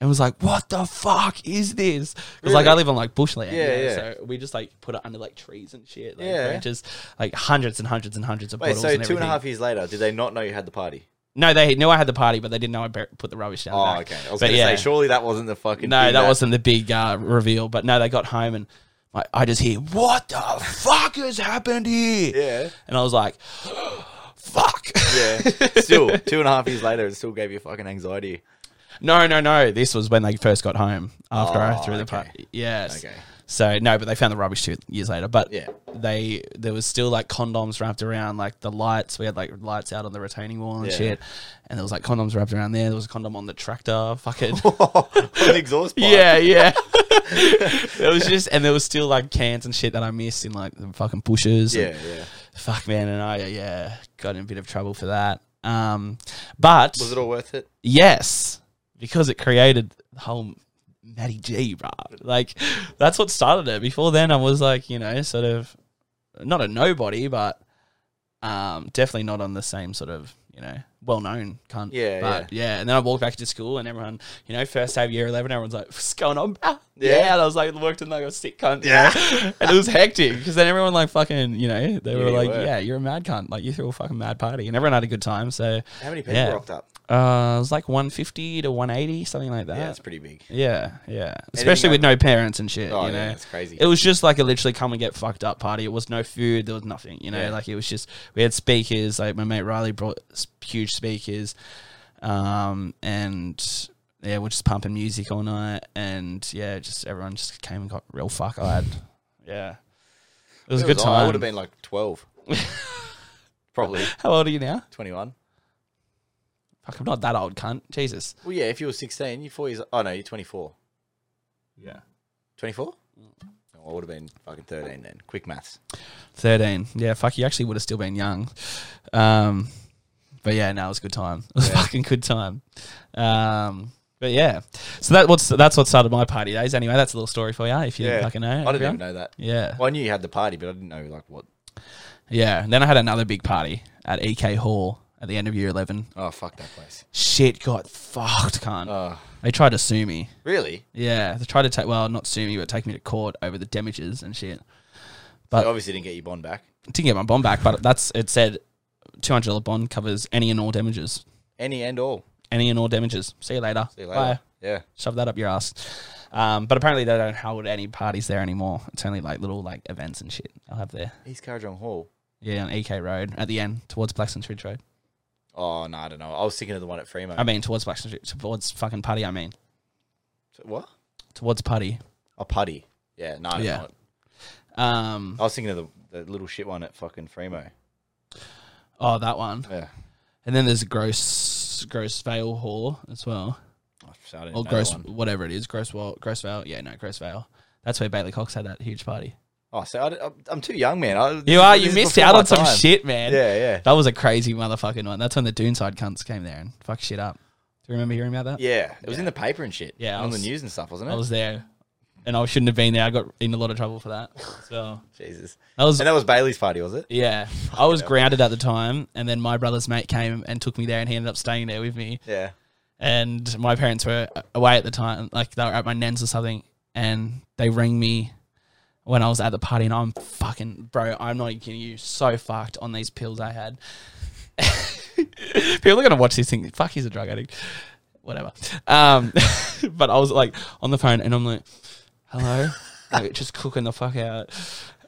[SPEAKER 1] and was like what the fuck is this because like i
[SPEAKER 2] Really?
[SPEAKER 1] live on like bushland
[SPEAKER 2] Yeah,
[SPEAKER 1] you know,
[SPEAKER 2] yeah.
[SPEAKER 1] so we just like put it under like trees and shit like
[SPEAKER 2] Yeah.
[SPEAKER 1] branches like hundreds and hundreds and hundreds of
[SPEAKER 2] Wait,
[SPEAKER 1] bottles
[SPEAKER 2] so
[SPEAKER 1] and
[SPEAKER 2] two and a
[SPEAKER 1] everything.
[SPEAKER 2] half years later, did they not know you had the party?
[SPEAKER 1] no they knew i had the party but they didn't know i bur- put the rubbish down the
[SPEAKER 2] Oh,
[SPEAKER 1] back.
[SPEAKER 2] okay. I was
[SPEAKER 1] But
[SPEAKER 2] gonna
[SPEAKER 1] yeah.
[SPEAKER 2] say, surely that wasn't the fucking.
[SPEAKER 1] No,
[SPEAKER 2] thing
[SPEAKER 1] that wasn't the big uh, reveal. But no, they got home and I, I just hear, "What the fuck has happened here?"
[SPEAKER 2] Yeah.
[SPEAKER 1] and I was like, <gasps> "Fuck!"
[SPEAKER 2] <laughs> Yeah. Still, two and a half years later, it still gave you
[SPEAKER 1] <laughs>
[SPEAKER 2] fucking anxiety.
[SPEAKER 1] <laughs>
[SPEAKER 2] <laughs>
[SPEAKER 1] no, no, no. This was when they first got home after I
[SPEAKER 2] Oh,
[SPEAKER 1] threw the
[SPEAKER 2] okay.
[SPEAKER 1] party. Yes.
[SPEAKER 2] Okay.
[SPEAKER 1] So no, but they found the rubbish two years later. But
[SPEAKER 2] Yeah.
[SPEAKER 1] they there was still like condoms wrapped around like the lights. We had like lights out on the retaining wall and
[SPEAKER 2] Yeah.
[SPEAKER 1] shit, and there was like condoms wrapped around there. There was a condom on the tractor.
[SPEAKER 2] <laughs>
[SPEAKER 1] Fucking. <laughs>
[SPEAKER 2] An exhaust pipe.
[SPEAKER 1] Yeah, yeah. it was just, and there was still like cans and shit that I missed in like the fucking bushes.
[SPEAKER 2] Yeah,
[SPEAKER 1] and-
[SPEAKER 2] yeah.
[SPEAKER 1] Fuck, man, and I yeah got in a bit of trouble for that. Um, but
[SPEAKER 2] Was it all worth it?
[SPEAKER 1] yes, because it created the whole Matty G, bro. Like that's what started it. Before then, I was like, you know, sort of not a nobody, but um, definitely not on the same sort of you know well known cunt.
[SPEAKER 2] Yeah,
[SPEAKER 1] but, yeah, And then I walked back to school, and everyone, you know, first day of year eleven, everyone's like, "What's going on, bro?" Yeah.
[SPEAKER 2] Yeah.
[SPEAKER 1] and I was like, worked in like a sick cunt. Yeah, <laughs> and it was hectic because then everyone like fucking, you know, they were
[SPEAKER 2] you
[SPEAKER 1] like,
[SPEAKER 2] were.
[SPEAKER 1] "Yeah, you're a mad cunt." Like you threw a fucking mad party, and everyone had a good time. So
[SPEAKER 2] How many people
[SPEAKER 1] Yeah.
[SPEAKER 2] rocked up?
[SPEAKER 1] uh, it was like 150 to 180, something like that.
[SPEAKER 2] Yeah, it's pretty big.
[SPEAKER 1] yeah, yeah. Especially with no
[SPEAKER 2] over-
[SPEAKER 1] parents and shit.
[SPEAKER 2] Oh,
[SPEAKER 1] you know?
[SPEAKER 2] yeah, it's crazy.
[SPEAKER 1] It was just like a literally come and get fucked up party. It was no food. There was nothing. You know,
[SPEAKER 2] Yeah.
[SPEAKER 1] like it was just we had speakers. Like my mate Riley brought s- huge speakers, um, and yeah, we're just pumping music all night. And yeah, just everyone just came and got real fuck eyed. yeah, it was a good
[SPEAKER 2] It was- I
[SPEAKER 1] time.
[SPEAKER 2] would have been like
[SPEAKER 1] <laughs>
[SPEAKER 2] 12. Probably
[SPEAKER 1] How old are you now?
[SPEAKER 2] 21.
[SPEAKER 1] Fuck, I'm not that old, cunt. Jesus.
[SPEAKER 2] Well, yeah, if you were 16, you're four years. Oh, no, you're 24.
[SPEAKER 1] Yeah.
[SPEAKER 2] 24? Oh, I would have been fucking 13 then. Quick maths.
[SPEAKER 1] 13. Yeah, fuck, you actually would have still been young. Um, but yeah, no, it was a good time. <laughs> It was a fucking good time. Um, but yeah, so that what's that's what started my party days. Anyway, that's a little story for you if you fucking know.
[SPEAKER 2] I didn't
[SPEAKER 1] everyone.
[SPEAKER 2] even know that.
[SPEAKER 1] Yeah,
[SPEAKER 2] Well, I knew you had the party, but I didn't know like what.
[SPEAKER 1] yeah. And then I had another big party at EK Hall at the end of year eleven.
[SPEAKER 2] Oh, fuck that place.
[SPEAKER 1] Shit got fucked, cunt.
[SPEAKER 2] Oh.
[SPEAKER 1] They tried to sue me.
[SPEAKER 2] Really?
[SPEAKER 1] Yeah, they tried to take well, not sue me, but take me to court over the damages and shit.
[SPEAKER 2] I
[SPEAKER 1] Uh,
[SPEAKER 2] obviously didn't get your bond back.
[SPEAKER 1] Didn't get my bond back, but that's it said two hundred dollar bond covers any and all damages.
[SPEAKER 2] Any and all.
[SPEAKER 1] any and all damages. See you later.
[SPEAKER 2] See you later.
[SPEAKER 1] Bye.
[SPEAKER 2] Yeah.
[SPEAKER 1] Shove that up your ass. Um, but apparently they don't hold any parties there anymore. It's only like little like events and shit they'll have there.
[SPEAKER 2] East Carriageon Hall.
[SPEAKER 1] Yeah, on EK Road at the end towards Blackstone's Ridge Road.
[SPEAKER 2] Oh, no, I don't know. I was thinking of the one at Fremont.
[SPEAKER 1] I mean towards Blackstone's Ridge, towards fucking putty. I mean
[SPEAKER 2] what?
[SPEAKER 1] towards putty.
[SPEAKER 2] A putty. Yeah, no, I don't
[SPEAKER 1] Yeah.
[SPEAKER 2] know it.
[SPEAKER 1] Um,
[SPEAKER 2] I was thinking of the, the little shit one at fucking Fremo.
[SPEAKER 1] oh that one.
[SPEAKER 2] Yeah.
[SPEAKER 1] And then there's gross gross veil whore as well,
[SPEAKER 2] So I didn't
[SPEAKER 1] or
[SPEAKER 2] know
[SPEAKER 1] gross
[SPEAKER 2] that one.
[SPEAKER 1] whatever it is. Gross well, gross veil. Yeah, no gross veil. That's where Bailey Cox had that huge party.
[SPEAKER 2] Oh, so I, am I'm too young, man. I, this
[SPEAKER 1] You
[SPEAKER 2] is-
[SPEAKER 1] are.
[SPEAKER 2] this
[SPEAKER 1] You
[SPEAKER 2] is
[SPEAKER 1] missed
[SPEAKER 2] before
[SPEAKER 1] out
[SPEAKER 2] my
[SPEAKER 1] on some
[SPEAKER 2] time.
[SPEAKER 1] shit, man.
[SPEAKER 2] Yeah, yeah.
[SPEAKER 1] That was a crazy motherfucking one. That's when the Doonside cunts came there and fucked shit up. Do you remember hearing about that?
[SPEAKER 2] Yeah, it was in the paper and shit.
[SPEAKER 1] Yeah, I
[SPEAKER 2] on
[SPEAKER 1] was-
[SPEAKER 2] the news and stuff, wasn't it?
[SPEAKER 1] I was there, and I shouldn't have been there. I got in a lot of trouble for that. So
[SPEAKER 2] Jesus.
[SPEAKER 1] that was
[SPEAKER 2] And that was Bailey's party, was it?
[SPEAKER 1] <laughs> yeah. I
[SPEAKER 2] <laughs>
[SPEAKER 1] was grounded at the time, and then my brother's mate came and took me there, and he ended up staying there with me.
[SPEAKER 2] Yeah.
[SPEAKER 1] And my parents were away at the time, like they were at my nan's or something, and they rang me when I was at the party, and I'm fucking bro. I'm not kidding you. So fucked on these pills I had. <laughs> People are gonna watch this thing. Fuck, he's a drug addict. Whatever. Um, <laughs> but I was like on the phone, and I'm like, "Hello,"
[SPEAKER 2] <laughs>
[SPEAKER 1] like, just cooking the fuck out.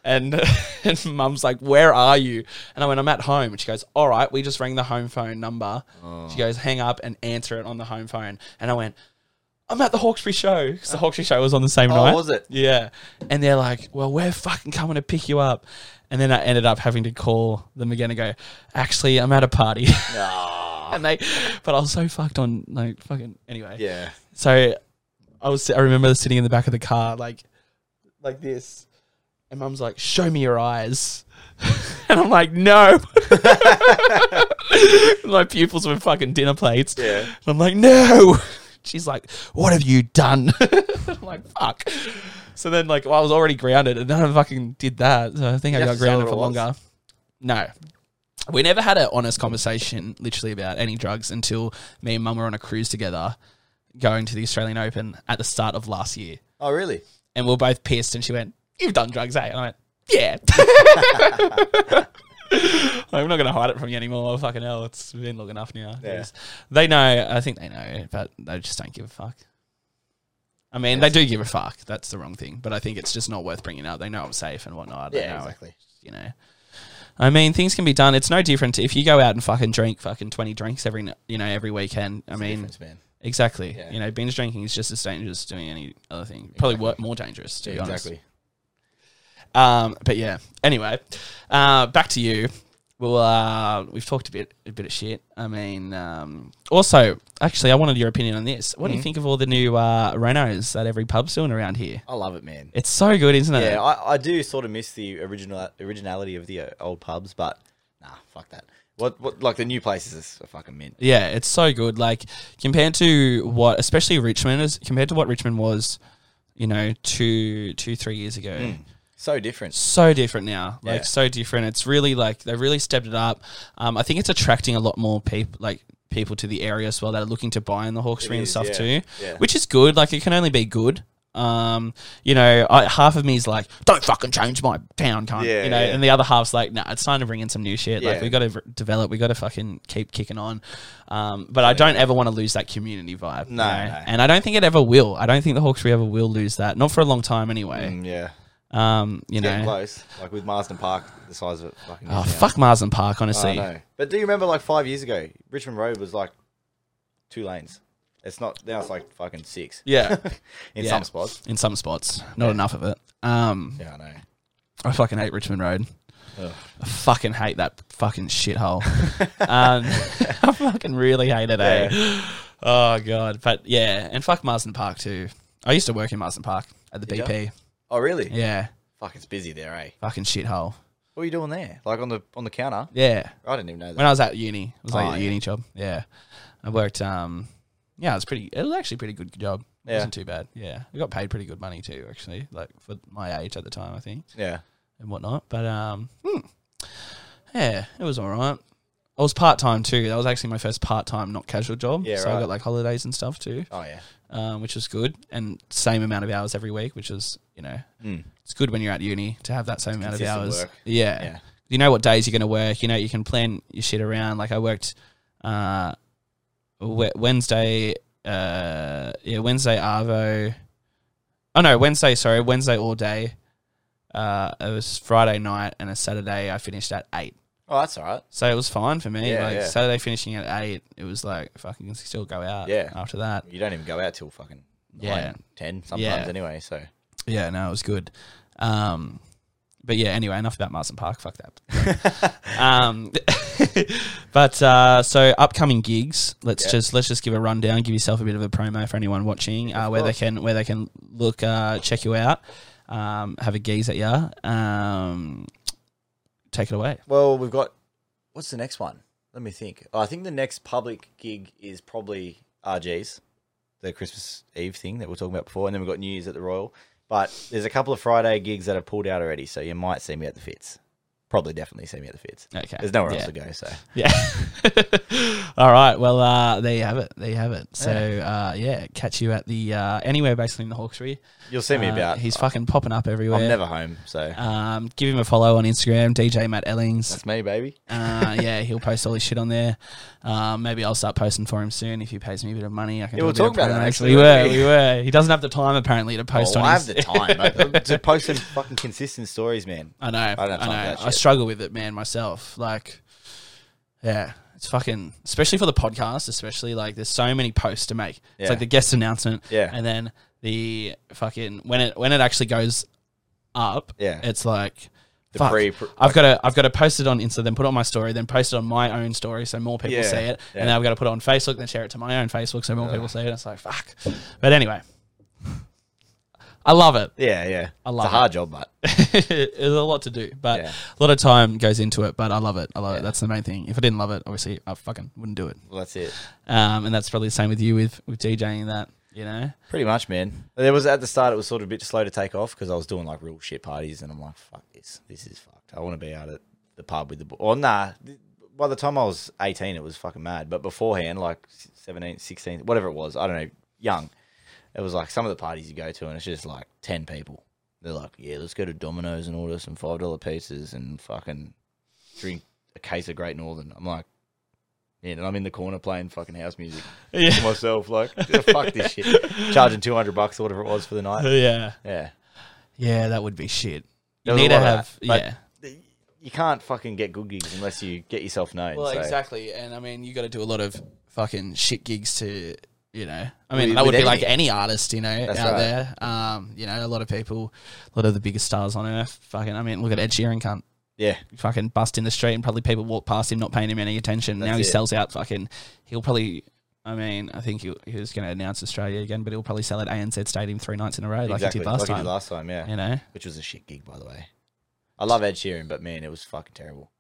[SPEAKER 1] And <laughs> and mum's like, "Where are you?" And I went, "I'm at home." And she goes, "All right, we just rang the home phone number."
[SPEAKER 2] Oh.
[SPEAKER 1] She goes, "Hang up and answer it on the home phone." And I went, "I'm at the Hawkesbury show because the Hawkesbury show was on the same
[SPEAKER 2] Oh,
[SPEAKER 1] night."
[SPEAKER 2] was it?
[SPEAKER 1] Yeah. And they're like, well, we're fucking coming to pick you up. And then I ended up having to call them again and go, actually, I'm at a party. <laughs> and they, but I was so fucked on, like, fucking, anyway.
[SPEAKER 2] Yeah.
[SPEAKER 1] So I was, I remember sitting in the back of the car, like, like this. And mum's like, show me your eyes. <laughs> and I'm like, no. <laughs> My pupils were fucking dinner plates.
[SPEAKER 2] Yeah.
[SPEAKER 1] And I'm like, no. <laughs> She's like, what have you done? <laughs> I'm like, fuck. So then, like, well, I was already grounded, and then I fucking did that. So I think I
[SPEAKER 2] You have
[SPEAKER 1] got
[SPEAKER 2] to say
[SPEAKER 1] grounded
[SPEAKER 2] what
[SPEAKER 1] for
[SPEAKER 2] it was.
[SPEAKER 1] longer. No. We never had an honest conversation, literally, about any drugs until me and mum were on a cruise together going to the Australian Open at the start of last year.
[SPEAKER 2] Oh, really?
[SPEAKER 1] And we were both pissed, and she went, You've done drugs, eh? And I went, Yeah. <laughs> Like, I'm not going to hide it from you anymore. Fucking hell, it's been long enough now.
[SPEAKER 2] Yeah.
[SPEAKER 1] They know, I think they know, but they just don't give a fuck. I mean, they do give a fuck. That's the wrong thing, but I think it's just not worth bringing up. They know I'm safe and whatnot. They know, You know, I mean, things can be done. It's no different if you go out and fucking drink fucking twenty drinks every n- you know every weekend. I mean,
[SPEAKER 2] Difference, man.
[SPEAKER 1] exactly.
[SPEAKER 2] Yeah.
[SPEAKER 1] You know, binge drinking is just as dangerous as doing any other thing. Probably wor- more dangerous to be honest.
[SPEAKER 2] Exactly.
[SPEAKER 1] Um, but yeah. Anyway, uh, back to you. Well, uh, we've talked a bit, a bit of shit. I mean, um, also, actually, I wanted your opinion on this. What do
[SPEAKER 2] Mm-hmm.
[SPEAKER 1] you think of all the new uh, Renos that every pub's doing around here?
[SPEAKER 2] I love it, man.
[SPEAKER 1] It's so good, isn't it?
[SPEAKER 2] Yeah, I, I do sort of miss the original originality of the uh, old pubs, but nah, fuck that. What what like the new places are fucking mint.
[SPEAKER 1] Yeah, it's so good. Like compared to what, especially Richmond is compared to what Richmond was, you know, two, two, three years ago.
[SPEAKER 2] Mm. So different.
[SPEAKER 1] so different now. Like
[SPEAKER 2] Yeah.
[SPEAKER 1] so different. It's really like they really stepped it up. Um, I think it's attracting a lot more people, like people to the area as well that are looking to buy in the Hawkesbury and
[SPEAKER 2] is,
[SPEAKER 1] stuff
[SPEAKER 2] yeah,
[SPEAKER 1] too,
[SPEAKER 2] yeah.
[SPEAKER 1] which is good. Like it can only be good. Um, you know, I, half of me is like, "Don't fucking change my town, cunt,"
[SPEAKER 2] Yeah,
[SPEAKER 1] you know,
[SPEAKER 2] yeah.
[SPEAKER 1] and the other half's like, "Nah, it's time to bring in some new shit. Like
[SPEAKER 2] Yeah.
[SPEAKER 1] we got to develop, we got to fucking keep kicking on." Um, but I don't ever want to lose that community vibe. you
[SPEAKER 2] No,
[SPEAKER 1] know?
[SPEAKER 2] no.
[SPEAKER 1] and I don't think it ever will. I don't think the Hawkesbury ever will lose that, not for a long time anyway.
[SPEAKER 2] Mm, yeah.
[SPEAKER 1] Um, you know,
[SPEAKER 2] Getting close. Like with Marsden Park, the size of it fucking is
[SPEAKER 1] Oh,
[SPEAKER 2] now.
[SPEAKER 1] fuck Marsden Park,
[SPEAKER 2] I
[SPEAKER 1] honestly.
[SPEAKER 2] know. But do you remember like five years ago, Richmond Road was like two lanes. It's not now it's like fucking six.
[SPEAKER 1] Yeah.
[SPEAKER 2] <laughs> In
[SPEAKER 1] Yeah.
[SPEAKER 2] some spots.
[SPEAKER 1] In some spots. Not enough of it. Um,
[SPEAKER 2] Yeah, I know.
[SPEAKER 1] I fucking hate Richmond Road. I fucking hate that fucking
[SPEAKER 2] <laughs>
[SPEAKER 1] shithole. um, I fucking really hate it, eh? Oh, God. But yeah, and fuck Marsden Park, too. I used to work in Marsden Park at the
[SPEAKER 2] Did
[SPEAKER 1] BP.
[SPEAKER 2] Oh really?
[SPEAKER 1] Yeah.
[SPEAKER 2] Fuck it's busy there, eh?
[SPEAKER 1] Fucking shithole.
[SPEAKER 2] What are you doing there? Like on the on the counter?
[SPEAKER 1] Yeah.
[SPEAKER 2] I didn't even know that.
[SPEAKER 1] When I was at uni, it was like
[SPEAKER 2] Oh,
[SPEAKER 1] a
[SPEAKER 2] yeah.
[SPEAKER 1] uni job. Yeah. I worked, um, yeah, it was pretty, it was actually a pretty good job. It
[SPEAKER 2] Yeah.
[SPEAKER 1] wasn't too bad. Yeah. I got paid pretty good money, too, actually, like for my age at the time, I think.
[SPEAKER 2] yeah.
[SPEAKER 1] and whatnot. But um, hmm. yeah, it was all right. I was part time too. That was actually my first part time, not casual job.
[SPEAKER 2] Yeah,
[SPEAKER 1] so I
[SPEAKER 2] right.
[SPEAKER 1] got like holidays and stuff too,
[SPEAKER 2] Oh yeah.
[SPEAKER 1] um, which was good. And same amount of hours every week, which was you know,
[SPEAKER 2] Mm.
[SPEAKER 1] it's good when you're at uni to have that same amount of
[SPEAKER 2] consistent
[SPEAKER 1] hours.
[SPEAKER 2] work.
[SPEAKER 1] Yeah.
[SPEAKER 2] Yeah.
[SPEAKER 1] you know what days you're going to work. You know you can plan your shit around. Like I worked uh, we- Wednesday, uh, yeah, Wednesday Arvo. Oh no, Wednesday. Sorry, Wednesday all day. Uh, it was Friday night and a Saturday. I finished at eight,
[SPEAKER 2] Oh that's all right.
[SPEAKER 1] so it was fine for me.
[SPEAKER 2] Yeah,
[SPEAKER 1] like
[SPEAKER 2] yeah.
[SPEAKER 1] Saturday finishing at eight, it was like fucking still go out.
[SPEAKER 2] Yeah.
[SPEAKER 1] After that,
[SPEAKER 2] You don't even go out till fucking
[SPEAKER 1] Yeah.
[SPEAKER 2] nine, ten sometimes
[SPEAKER 1] Yeah.
[SPEAKER 2] anyway. So
[SPEAKER 1] yeah, no, it was good. Um, but yeah, anyway, enough about Marsden Park. Fuck that.
[SPEAKER 2] <laughs>
[SPEAKER 1] um, <laughs> but uh, so upcoming gigs. Let's
[SPEAKER 2] Yeah.
[SPEAKER 1] just let's just give a rundown. Give yourself a bit of a promo for anyone watching, uh, where they
[SPEAKER 2] course.
[SPEAKER 1] can where they can look uh, check you out, um, have a gaze at you. Um, take it away.
[SPEAKER 2] well we've got what's the next one? Let me think. Oh, I think the next public gig is probably RG's, the Christmas Eve thing that we are talking about before, and then we've got New Year's at the Royal. But there's a couple of Friday gigs that have pulled out already, so you might see me at the Fits. probably definitely see me at the fits.
[SPEAKER 1] Okay.
[SPEAKER 2] There's nowhere else
[SPEAKER 1] Yeah.
[SPEAKER 2] to go, so
[SPEAKER 1] Yeah. <laughs> All right. Well, uh, there you have it. There you have it. So, uh, yeah, catch you at the uh, anywhere basically in the Hawkesbury.
[SPEAKER 2] you'll see me
[SPEAKER 1] Uh,
[SPEAKER 2] about.
[SPEAKER 1] He's fucking popping up everywhere.
[SPEAKER 2] I'm never home, so
[SPEAKER 1] Um, give him a follow on Instagram, DJ Matt Ellings.
[SPEAKER 2] that's me, baby. <laughs>
[SPEAKER 1] Uh, yeah, he'll post all his shit on there. Um, maybe I'll start posting for him soon if he pays me a bit of money. I can
[SPEAKER 2] Yeah, we'll
[SPEAKER 1] do a bit
[SPEAKER 2] talk
[SPEAKER 1] of
[SPEAKER 2] about that,
[SPEAKER 1] promo.
[SPEAKER 2] actually,
[SPEAKER 1] We were,
[SPEAKER 2] won't we?
[SPEAKER 1] we were. He doesn't have the time apparently to post
[SPEAKER 2] Oh,
[SPEAKER 1] on.
[SPEAKER 2] I have
[SPEAKER 1] his- <laughs>
[SPEAKER 2] the time mate. to post some fucking consistent stories, man.
[SPEAKER 1] I know. I,
[SPEAKER 2] don't have time for
[SPEAKER 1] know.
[SPEAKER 2] that
[SPEAKER 1] I
[SPEAKER 2] shit.
[SPEAKER 1] struggle with it, man, myself. Like, yeah, it's fucking, especially for the podcast, especially like there's so many posts to make. It's
[SPEAKER 2] Yeah.
[SPEAKER 1] like the guest announcement.
[SPEAKER 2] Yeah.
[SPEAKER 1] And then the fucking, when it, when it actually goes up,
[SPEAKER 2] Yeah.
[SPEAKER 1] it's like,
[SPEAKER 2] The
[SPEAKER 1] fuck,
[SPEAKER 2] pre- pr-
[SPEAKER 1] I've got to, I've got to post it on Insta, then put it on my story, then post it on my own story so more people
[SPEAKER 2] Yeah,
[SPEAKER 1] see it.
[SPEAKER 2] yeah.
[SPEAKER 1] And then I've got to put it on Facebook, then share it to my own Facebook so more people see it. It's like, fuck. But anyway, <laughs> I love it.
[SPEAKER 2] Yeah, yeah. I
[SPEAKER 1] love
[SPEAKER 2] it's a hard job, but
[SPEAKER 1] <laughs> it's a lot to do, but
[SPEAKER 2] Yeah.
[SPEAKER 1] a lot of time goes into it. But I love it. I love it. That's the main thing. If I didn't love it, obviously I fucking wouldn't do it.
[SPEAKER 2] well, that's it.
[SPEAKER 1] Um, and that's probably the same with you with with DJing that. You
[SPEAKER 2] <laughs>
[SPEAKER 1] know,
[SPEAKER 2] Pretty much, man. There was at the start, it was sort of a bit slow to take off because I was doing like real shit parties, and I'm like, fuck this, this is fucked. I want to be out at the pub with the. Bo- or nah. th- By the time I was 18, it was fucking mad. But beforehand, like 17, 16, whatever it was, I don't know, young, it was like some of the parties you go to, and it's just like 10 people. They're like, yeah, let's go to Domino's and order some five dollar pizzas and fucking drink a case of Great Northern. I'm like. Yeah, and I'm in the corner playing fucking house music to myself. Like, fuck this shit.
[SPEAKER 1] <laughs>
[SPEAKER 2] Charging 200 bucks or whatever it was for the night.
[SPEAKER 1] yeah,
[SPEAKER 2] Yeah.
[SPEAKER 1] yeah, that would be shit. You
[SPEAKER 2] There was a
[SPEAKER 1] need to
[SPEAKER 2] lot of
[SPEAKER 1] have
[SPEAKER 2] that, but-
[SPEAKER 1] yeah.
[SPEAKER 2] You can't fucking get good gigs unless you get yourself known.
[SPEAKER 1] Well,
[SPEAKER 2] so.
[SPEAKER 1] exactly, and I mean, you got to do a lot of fucking shit gigs to, you know. I mean,
[SPEAKER 2] With-
[SPEAKER 1] that would
[SPEAKER 2] with
[SPEAKER 1] be like
[SPEAKER 2] anything.
[SPEAKER 1] any artist, you know,
[SPEAKER 2] That's
[SPEAKER 1] out
[SPEAKER 2] right.
[SPEAKER 1] there. Um, you know, a lot of people, a lot of the biggest stars on earth. Fucking, I mean, look at Ed Sheeran, cunt.
[SPEAKER 2] Yeah.
[SPEAKER 1] fucking bust in the street and probably people walk past him not paying him any attention. now he
[SPEAKER 2] it.
[SPEAKER 1] sells out fucking he'll probably I mean, I think he, he was going to announce Australia again, but he'll probably sell at ANZ Stadium three nights in a row like he
[SPEAKER 2] exactly.
[SPEAKER 1] did last
[SPEAKER 2] like
[SPEAKER 1] time.
[SPEAKER 2] you did last time, yeah.
[SPEAKER 1] you know,
[SPEAKER 2] Which was a shit gig, by the way. I love Ed Sheeran, but man, it was fucking terrible.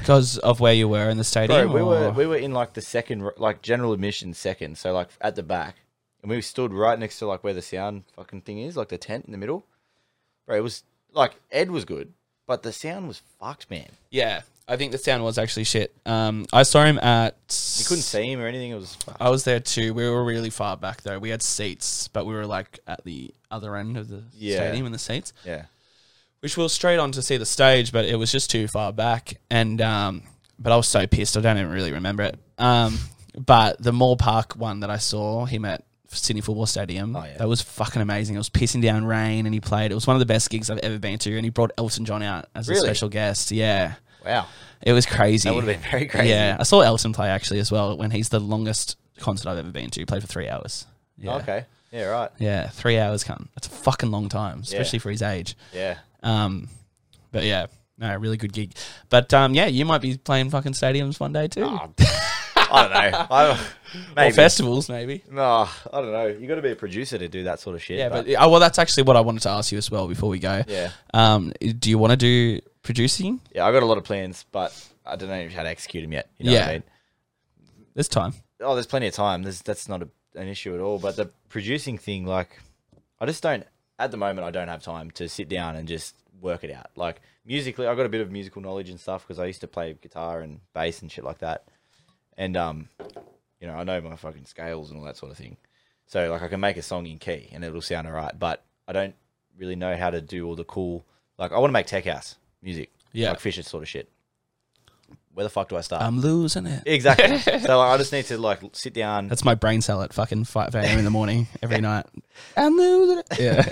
[SPEAKER 1] because of where you were in the
[SPEAKER 2] Bro,
[SPEAKER 1] stadium. Oh.
[SPEAKER 2] we were
[SPEAKER 1] or-
[SPEAKER 2] we were in like the second, r- like general admission second, so like at the back, and we stood right next to like where the sound fucking thing is, like the tent in the middle. Bro, it was like Ed was good, but the sound was fucked, man.
[SPEAKER 1] yeah, I think the sound was actually shit. Um, I saw him at
[SPEAKER 2] You couldn't see him or anything. It was fucked.
[SPEAKER 1] I was there too. We were really far back though. We had seats, but we were like at the other end of the
[SPEAKER 2] Yeah.
[SPEAKER 1] stadium in the seats.
[SPEAKER 2] yeah.
[SPEAKER 1] which we were straight on to see the stage, but it was just too far back. And um, but I was so pissed. I don't even really remember it. Um, but the Moore Park one that I saw him at Sydney Football Stadium,
[SPEAKER 2] Oh, yeah.
[SPEAKER 1] that was fucking amazing. It was pissing down rain, and he played. It was one of the best gigs I've ever been to, and he brought Elton John out as a
[SPEAKER 2] Really?
[SPEAKER 1] special guest. Yeah,
[SPEAKER 2] Wow.
[SPEAKER 1] it was crazy.
[SPEAKER 2] That would have been very crazy.
[SPEAKER 1] Yeah, I saw Elton play actually as well when he's the longest concert I've ever been to. He played for three hours. Yeah.
[SPEAKER 2] Okay. Yeah. Right.
[SPEAKER 1] Yeah, three hours. Come, that's a fucking long time, especially for his age. <laughs>
[SPEAKER 2] Yeah.
[SPEAKER 1] Um, but yeah, no, really good gig. But um, yeah, you might be playing fucking stadiums one day too,
[SPEAKER 2] Oh, I don't know. I,
[SPEAKER 1] or
[SPEAKER 2] maybe.
[SPEAKER 1] festivals maybe.
[SPEAKER 2] no, I don't know. You got to be a producer to do that sort of shit.
[SPEAKER 1] Yeah, but, oh, well, that's actually what I wanted to ask you as well before we go.
[SPEAKER 2] Yeah.
[SPEAKER 1] Um, do you want to do producing?
[SPEAKER 2] yeah, I got a lot of plans, but I don't know how to execute them yet. You know what
[SPEAKER 1] Yeah.
[SPEAKER 2] I mean?
[SPEAKER 1] This time.
[SPEAKER 2] Oh, there's plenty of time. There's, that's not a, an issue at all. But the producing thing, like, I just don't. At the moment, I don't have time to sit down and just work it out. Like musically, I got a bit of musical knowledge and stuff because I used to play guitar and bass and shit like that. And um, you know, I know my fucking scales and all that sort of thing. So like I can make a song in key and it'll sound alright, but I don't really know how to do all the cool like I want to make tech house music.
[SPEAKER 1] Yeah.
[SPEAKER 2] Like Fisher sort of shit. Where the fuck do I start?
[SPEAKER 1] I'm losing it. <laughs>
[SPEAKER 2] exactly. so like, I just need to like sit down.
[SPEAKER 1] That's my brain cell at fucking five a.m. in the morning
[SPEAKER 2] <laughs>
[SPEAKER 1] every night. I'm losing it. Yeah.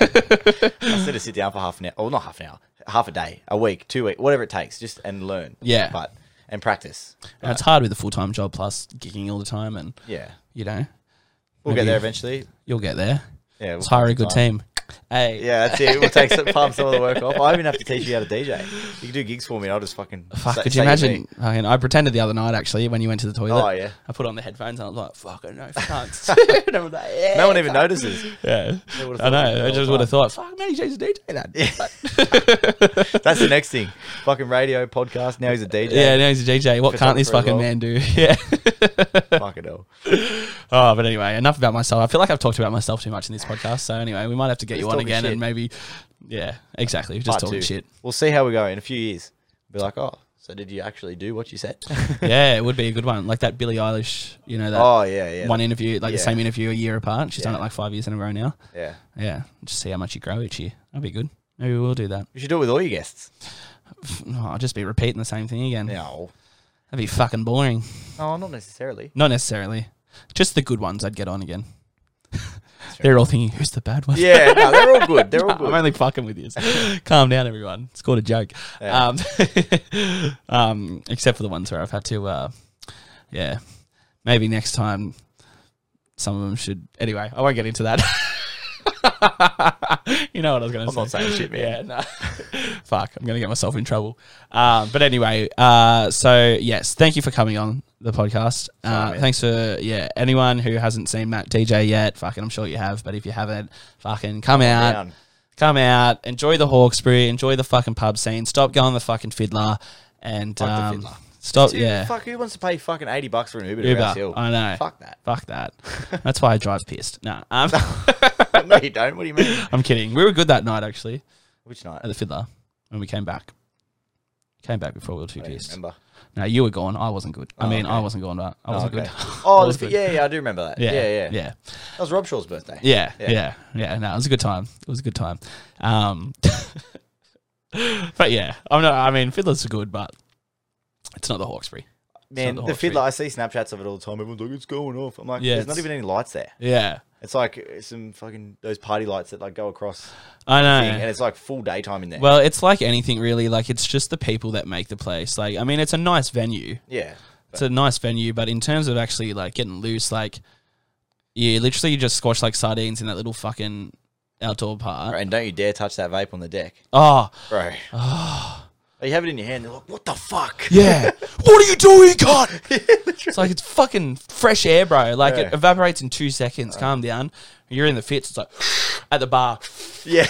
[SPEAKER 2] I just need to sit down for half an hour. Well, not half an hour. Half a day, a week, two week, whatever it takes, just and learn.
[SPEAKER 1] Yeah.
[SPEAKER 2] But and practice.
[SPEAKER 1] And it's hard with a full time job plus gigging all the time, and
[SPEAKER 2] Yeah.
[SPEAKER 1] you know
[SPEAKER 2] We'll
[SPEAKER 1] Maybe-
[SPEAKER 2] get there eventually.
[SPEAKER 1] you'll get there.
[SPEAKER 2] Yeah. We'll
[SPEAKER 1] Let's hire a good
[SPEAKER 2] time.
[SPEAKER 1] team. Hey.
[SPEAKER 2] Yeah, that's it. We'll
[SPEAKER 1] <laughs>
[SPEAKER 2] take some, palm some of the work off. I even have to teach you how to DJ. You can do gigs for me, and I'll just fucking.
[SPEAKER 1] Fuck,
[SPEAKER 2] sa-
[SPEAKER 1] could you
[SPEAKER 2] say your
[SPEAKER 1] imagine? I, I pretended the other night actually when you went to the toilet.
[SPEAKER 2] Oh, yeah.
[SPEAKER 1] I put on the headphones and I was like, "Fuck, I
[SPEAKER 2] <laughs>
[SPEAKER 1] know, fuck." and I was like, yeah.
[SPEAKER 2] name. No one even notices. <laughs>
[SPEAKER 1] Yeah,
[SPEAKER 2] would've
[SPEAKER 1] <laughs> I
[SPEAKER 2] thought we did
[SPEAKER 1] know. I
[SPEAKER 2] all
[SPEAKER 1] just
[SPEAKER 2] the
[SPEAKER 1] would have thought, "Fuck, man, he's a DJ that." Yeah.
[SPEAKER 2] That's the next thing. Fucking radio podcast. Now he's a DJ.
[SPEAKER 1] now he's a DJ. What can't this fucking
[SPEAKER 2] Photographer as well.
[SPEAKER 1] man do? <laughs> Yeah.
[SPEAKER 2] Fucking hell.
[SPEAKER 1] Oh, but anyway, enough about myself. I feel like I've talked about myself too much in this podcast. So anyway, we might have to get you on
[SPEAKER 2] talking
[SPEAKER 1] again
[SPEAKER 2] shit.
[SPEAKER 1] and maybe, yeah, exactly. Just
[SPEAKER 2] Part <laughs>
[SPEAKER 1] talking
[SPEAKER 2] two.
[SPEAKER 1] shit.
[SPEAKER 2] We'll see how we go in a few years. Be like, oh, so did you actually do what
[SPEAKER 1] <laughs>
[SPEAKER 2] you said?
[SPEAKER 1] yeah, it would be a good one. Like that Billie Eilish, you know, that
[SPEAKER 2] oh yeah, yeah,
[SPEAKER 1] one interview, like the
[SPEAKER 2] yeah.
[SPEAKER 1] same interview a year apart. She's done
[SPEAKER 2] Yeah.
[SPEAKER 1] it like five years in a row now.
[SPEAKER 2] yeah.
[SPEAKER 1] Yeah, just see how much you grow each year. That'd be good. Maybe we'll do that.
[SPEAKER 2] You should do it with all your guests.
[SPEAKER 1] No, I'll just be repeating the same thing again.
[SPEAKER 2] No,
[SPEAKER 1] That'd be fucking boring.
[SPEAKER 2] no, not necessarily.
[SPEAKER 1] Not necessarily. Just the good ones I'd get on again. They're all thinking, who's the bad one?
[SPEAKER 2] Yeah, no, they're all good. <laughs> They're
[SPEAKER 1] <laughs>
[SPEAKER 2] all
[SPEAKER 1] I'm
[SPEAKER 2] good.
[SPEAKER 1] only fucking with <laughs> you. Calm down, everyone. It's called a joke. Um, um, <laughs> except for the ones where I've had to, uh, yeah, maybe next time some of them should. Anyway, I won't get into that. <laughs> you know what I was going to
[SPEAKER 2] I'm
[SPEAKER 1] say.
[SPEAKER 2] not saying shit, man.
[SPEAKER 1] Yeah, no. <laughs> Fuck, I'm going to get myself in trouble. Um, but anyway, uh, so yes, thank you for coming on the podcast. Uh, thanks for, yeah, anyone who hasn't seen Matt DJ yet, fucking, I'm sure you have, but if you haven't, fucking come out.
[SPEAKER 2] down.
[SPEAKER 1] Come out, enjoy the Hawkesbury, enjoy the fucking pub scene, stop going the fucking fiddler, and
[SPEAKER 2] the
[SPEAKER 1] um,
[SPEAKER 2] fiddler.
[SPEAKER 1] stop,
[SPEAKER 2] Dude,
[SPEAKER 1] yeah.
[SPEAKER 2] Fuck, who wants to pay fucking eighty bucks for an Uber, to
[SPEAKER 1] Uber.
[SPEAKER 2] Rouse Hill?
[SPEAKER 1] I know.
[SPEAKER 2] Fuck that. <laughs>
[SPEAKER 1] Fuck that. That's why I drive pissed. No, um,
[SPEAKER 2] no, you don't. What do you mean?
[SPEAKER 1] <laughs> I'm kidding. We were good that night actually
[SPEAKER 2] Which night?
[SPEAKER 1] at the Fiddler when we came back. Came back before we were too
[SPEAKER 2] I don't
[SPEAKER 1] pissed. <laughs>
[SPEAKER 2] remember.
[SPEAKER 1] No, you were gone. I wasn't good. I
[SPEAKER 2] Oh,
[SPEAKER 1] mean, I
[SPEAKER 2] okay.
[SPEAKER 1] wasn't gone, but I wasn't <laughs>
[SPEAKER 2] okay.
[SPEAKER 1] good. I
[SPEAKER 2] Oh,
[SPEAKER 1] was
[SPEAKER 2] the,
[SPEAKER 1] good.
[SPEAKER 2] yeah, yeah, I do remember that. Yeah, yeah,
[SPEAKER 1] yeah,
[SPEAKER 2] That was Rob Shaw's birthday.
[SPEAKER 1] yeah,
[SPEAKER 2] Yeah.
[SPEAKER 1] yeah, yeah, No, it was a good time. It was a good time. Um, <laughs> but yeah, I'm not. I mean, Fiddlers are good, but it's not the Hawkesbury.
[SPEAKER 2] man,
[SPEAKER 1] the
[SPEAKER 2] the,
[SPEAKER 1] Hawkesbury.
[SPEAKER 2] fiddler. I see Snapchats of it all the time. Everyone's like, "It's going off." I'm like,
[SPEAKER 1] Oh, Yeah,
[SPEAKER 2] "There's not
[SPEAKER 1] it's-
[SPEAKER 2] even any lights there."
[SPEAKER 1] Yeah,
[SPEAKER 2] It's like uh, some fucking those party lights that like go across,
[SPEAKER 1] I know.
[SPEAKER 2] thing, and it's like full daytime in there.
[SPEAKER 1] Well, it's like anything really. Like it's just the people that make the place. Like I mean, it's a nice venue.
[SPEAKER 2] yeah,
[SPEAKER 1] It's a nice venue, but in terms of actually like getting loose, like you literally just squash like sardines in that little fucking outdoor part.
[SPEAKER 2] Bro, and don't you dare touch that vape on the deck,
[SPEAKER 1] Oh
[SPEAKER 2] <sighs> bro. you have it in your hand. They're like, "What the fuck?"
[SPEAKER 1] yeah, what are you doing,
[SPEAKER 2] <laughs>
[SPEAKER 1] God? it's like it's fucking fresh air, bro. Like it
[SPEAKER 2] Yeah.
[SPEAKER 1] evaporates in two seconds. Calm down. You're in the fits. It's like <sniffs> at the bar.
[SPEAKER 2] <laughs> Yeah,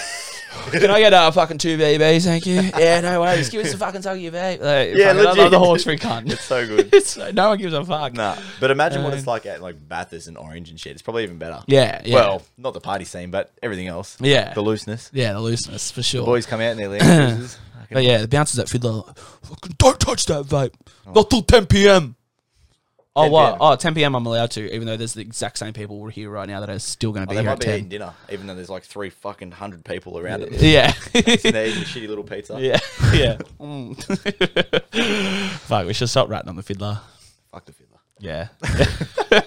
[SPEAKER 1] Can I get a fucking two BBs? Thank
[SPEAKER 2] <laughs>
[SPEAKER 1] you. Yeah, no worries. Give us a fucking tug of your vape. Like,
[SPEAKER 2] Yeah,
[SPEAKER 1] fucking, I love
[SPEAKER 2] legit.
[SPEAKER 1] the horse free cunt.
[SPEAKER 2] it's so good.
[SPEAKER 1] <laughs> It's like, no one gives a fuck.
[SPEAKER 2] Nah, but imagine what it's like at like Bathurst and Orange and shit. It's probably even better.
[SPEAKER 1] Yeah, yeah.
[SPEAKER 2] Well, not the party scene, but everything else.
[SPEAKER 1] Yeah.
[SPEAKER 2] The looseness.
[SPEAKER 1] Yeah, the looseness for sure.
[SPEAKER 2] Boys come out
[SPEAKER 1] <coughs>
[SPEAKER 2] in their leggings. bruises.
[SPEAKER 1] But yeah, the bouncers at Fiddler, fucking don't touch that vape.
[SPEAKER 2] Oh.
[SPEAKER 1] Not till 10 p.m. Oh,
[SPEAKER 2] 10
[SPEAKER 1] what?
[SPEAKER 2] PM.
[SPEAKER 1] Oh, 10 p.m. I'm allowed to, even though there's the exact same people who are here right now that are still going to
[SPEAKER 2] Oh,
[SPEAKER 1] be
[SPEAKER 2] they
[SPEAKER 1] here
[SPEAKER 2] might
[SPEAKER 1] at
[SPEAKER 2] be eating
[SPEAKER 1] 10.
[SPEAKER 2] dinner, even though there's like three fucking hundred people around <laughs> them.
[SPEAKER 1] <laughs> Yeah.
[SPEAKER 2] and they're eating shitty little pizza.
[SPEAKER 1] yeah. Yeah. Mm. <laughs> Fuck, we should stop ratting on the Fiddler.
[SPEAKER 2] Fuck the fiddler.
[SPEAKER 1] Yeah.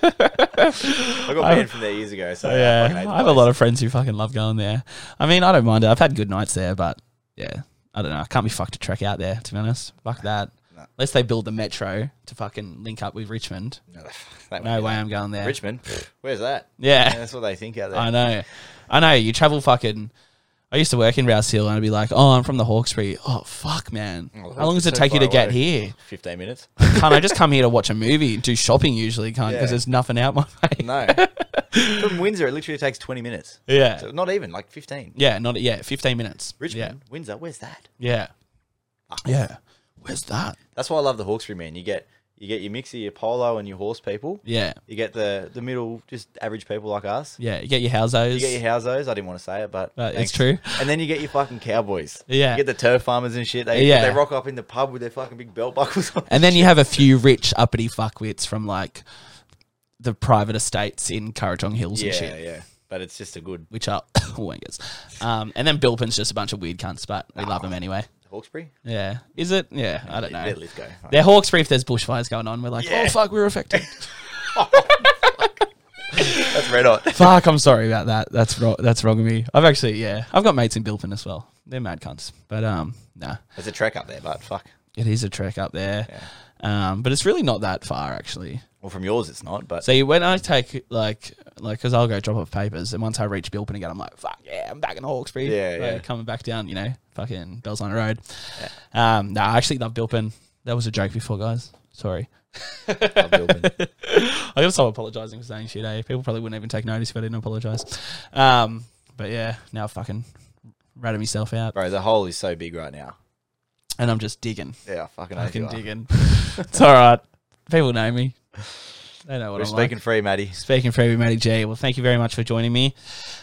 [SPEAKER 2] I got banned from there years ago, so I, fucking
[SPEAKER 1] <laughs> yeah.
[SPEAKER 2] hate
[SPEAKER 1] <laughs>
[SPEAKER 2] the
[SPEAKER 1] I have a
[SPEAKER 2] place.
[SPEAKER 1] lot of friends who fucking love going there. I mean, I don't mind it. I've had good nights there, but yeah. I don't know. I can't be fucked to trek out there, to be honest. Fuck that. Unless they build the metro to fucking link up with Richmond.
[SPEAKER 2] That
[SPEAKER 1] No
[SPEAKER 2] would be
[SPEAKER 1] way
[SPEAKER 2] that.
[SPEAKER 1] I'm going there. <laughs>
[SPEAKER 2] Richmond, Pfft, where's that?
[SPEAKER 1] Yeah.
[SPEAKER 2] <laughs> that's what they think out there.
[SPEAKER 1] I know. I know. You travel fucking. I used to work in Rouse Hill and I'd be like, oh, I'm from the Hawkesbury. Oh, fuck, man.
[SPEAKER 2] Oh,
[SPEAKER 1] How long does
[SPEAKER 2] that's
[SPEAKER 1] it
[SPEAKER 2] so
[SPEAKER 1] take you to
[SPEAKER 2] far
[SPEAKER 1] get
[SPEAKER 2] away. <laughs>
[SPEAKER 1] here?
[SPEAKER 2] Fifteen minutes.
[SPEAKER 1] Can't I just come here to watch a movie, do shopping usually, can't? Because
[SPEAKER 2] Yeah.
[SPEAKER 1] there's nothing out my way.
[SPEAKER 2] No, <laughs> from Windsor, it literally takes twenty minutes.
[SPEAKER 1] <laughs> Yeah.
[SPEAKER 2] So not even like fifteen.
[SPEAKER 1] Yeah, not yeah, 15 minutes.
[SPEAKER 2] Richmond, Windsor, where's that?
[SPEAKER 1] Yeah.
[SPEAKER 2] Ah.
[SPEAKER 1] Yeah. Yeah. Where's that?
[SPEAKER 2] That's why I love the Hawkesbury man. You get you get your mixie, your polo, and your horse people.
[SPEAKER 1] Yeah.
[SPEAKER 2] You get the the middle, just average people like us.
[SPEAKER 1] Yeah. You get your houses.
[SPEAKER 2] You get your housos. I didn't want to say it, but
[SPEAKER 1] But it's
[SPEAKER 2] thanks.
[SPEAKER 1] true.
[SPEAKER 2] And then you get your fucking cowboys.
[SPEAKER 1] Yeah.
[SPEAKER 2] You get the turf farmers and shit. They
[SPEAKER 1] Yeah.
[SPEAKER 2] they rock up in the pub with their fucking big belt buckles on.
[SPEAKER 1] And then you have a few rich uppity fuckwits from like the private estates in Currajong Hills
[SPEAKER 2] <laughs> yeah,
[SPEAKER 1] and shit,
[SPEAKER 2] yeah. But it's just a good
[SPEAKER 1] which are <coughs> wangers. Um, and then Bilpin's just a bunch of weird cunts, but we love them anyway.
[SPEAKER 2] Hawkesbury.
[SPEAKER 1] Yeah. Is it? Yeah. I don't
[SPEAKER 2] Let
[SPEAKER 1] know.
[SPEAKER 2] Liz go.
[SPEAKER 1] They're Hawkesbury if there's bushfires going on. We're like,
[SPEAKER 2] Yeah.
[SPEAKER 1] oh, fuck, we were
[SPEAKER 2] <laughs>
[SPEAKER 1] affected.
[SPEAKER 2] That's red hot.
[SPEAKER 1] fuck, I'm sorry about that. That's wrong. That's wrong of me. I've actually, yeah, I've got mates in Bilpin as well. They're mad cunts. But um, nah.
[SPEAKER 2] There's a trek up there, but fuck.
[SPEAKER 1] It is a trek up there. Um, but it's really not that far actually.
[SPEAKER 2] Well, from yours, it's not. But
[SPEAKER 1] See, when I take like, like, cause I'll go drop off papers, and once I reach Bilpin again, I'm like, fuck yeah, I'm back in Hawkesbury.
[SPEAKER 2] Yeah,
[SPEAKER 1] Like,
[SPEAKER 2] yeah.
[SPEAKER 1] Coming back down, you know, fucking Bellsline Road. Um, nah, I actually love Bilpin. That was a joke before, guys. Sorry.
[SPEAKER 2] I've Bilpin.
[SPEAKER 1] I gotta stop apologising for saying shit, eh? People probably wouldn't even take notice if I didn't apologise. Um, but yeah, now I fucking ratted myself out,
[SPEAKER 2] bro, the hole is so big right now.
[SPEAKER 1] and I'm just digging,
[SPEAKER 2] Yeah, I fucking I
[SPEAKER 1] fucking
[SPEAKER 2] can dig
[SPEAKER 1] digging.
[SPEAKER 2] it.
[SPEAKER 1] <laughs> it's all right. People know me. They know what
[SPEAKER 2] We're
[SPEAKER 1] I'm like.
[SPEAKER 2] speaking free, Maddie.
[SPEAKER 1] Speaking for everybody, G. Well, thank you very much for joining me.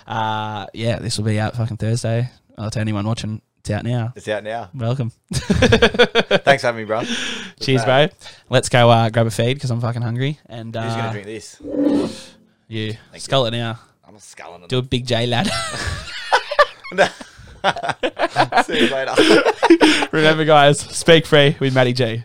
[SPEAKER 1] Uh, yeah, this will be out fucking Thursday. Uh, to anyone watching It's out now.
[SPEAKER 2] It's out now.
[SPEAKER 1] Welcome.
[SPEAKER 2] Thanks for having me, bro. Who's
[SPEAKER 1] Cheers, bro. Let's go uh, grab a feed because I'm fucking hungry. And uh,
[SPEAKER 2] gonna drink this?
[SPEAKER 1] You skull it now.
[SPEAKER 2] I'm a sculling it.
[SPEAKER 1] Do a big J,
[SPEAKER 2] <laughs>
[SPEAKER 1] lad. <laughs>
[SPEAKER 2] See you later.
[SPEAKER 1] Remember, guys, speak free with Matty G.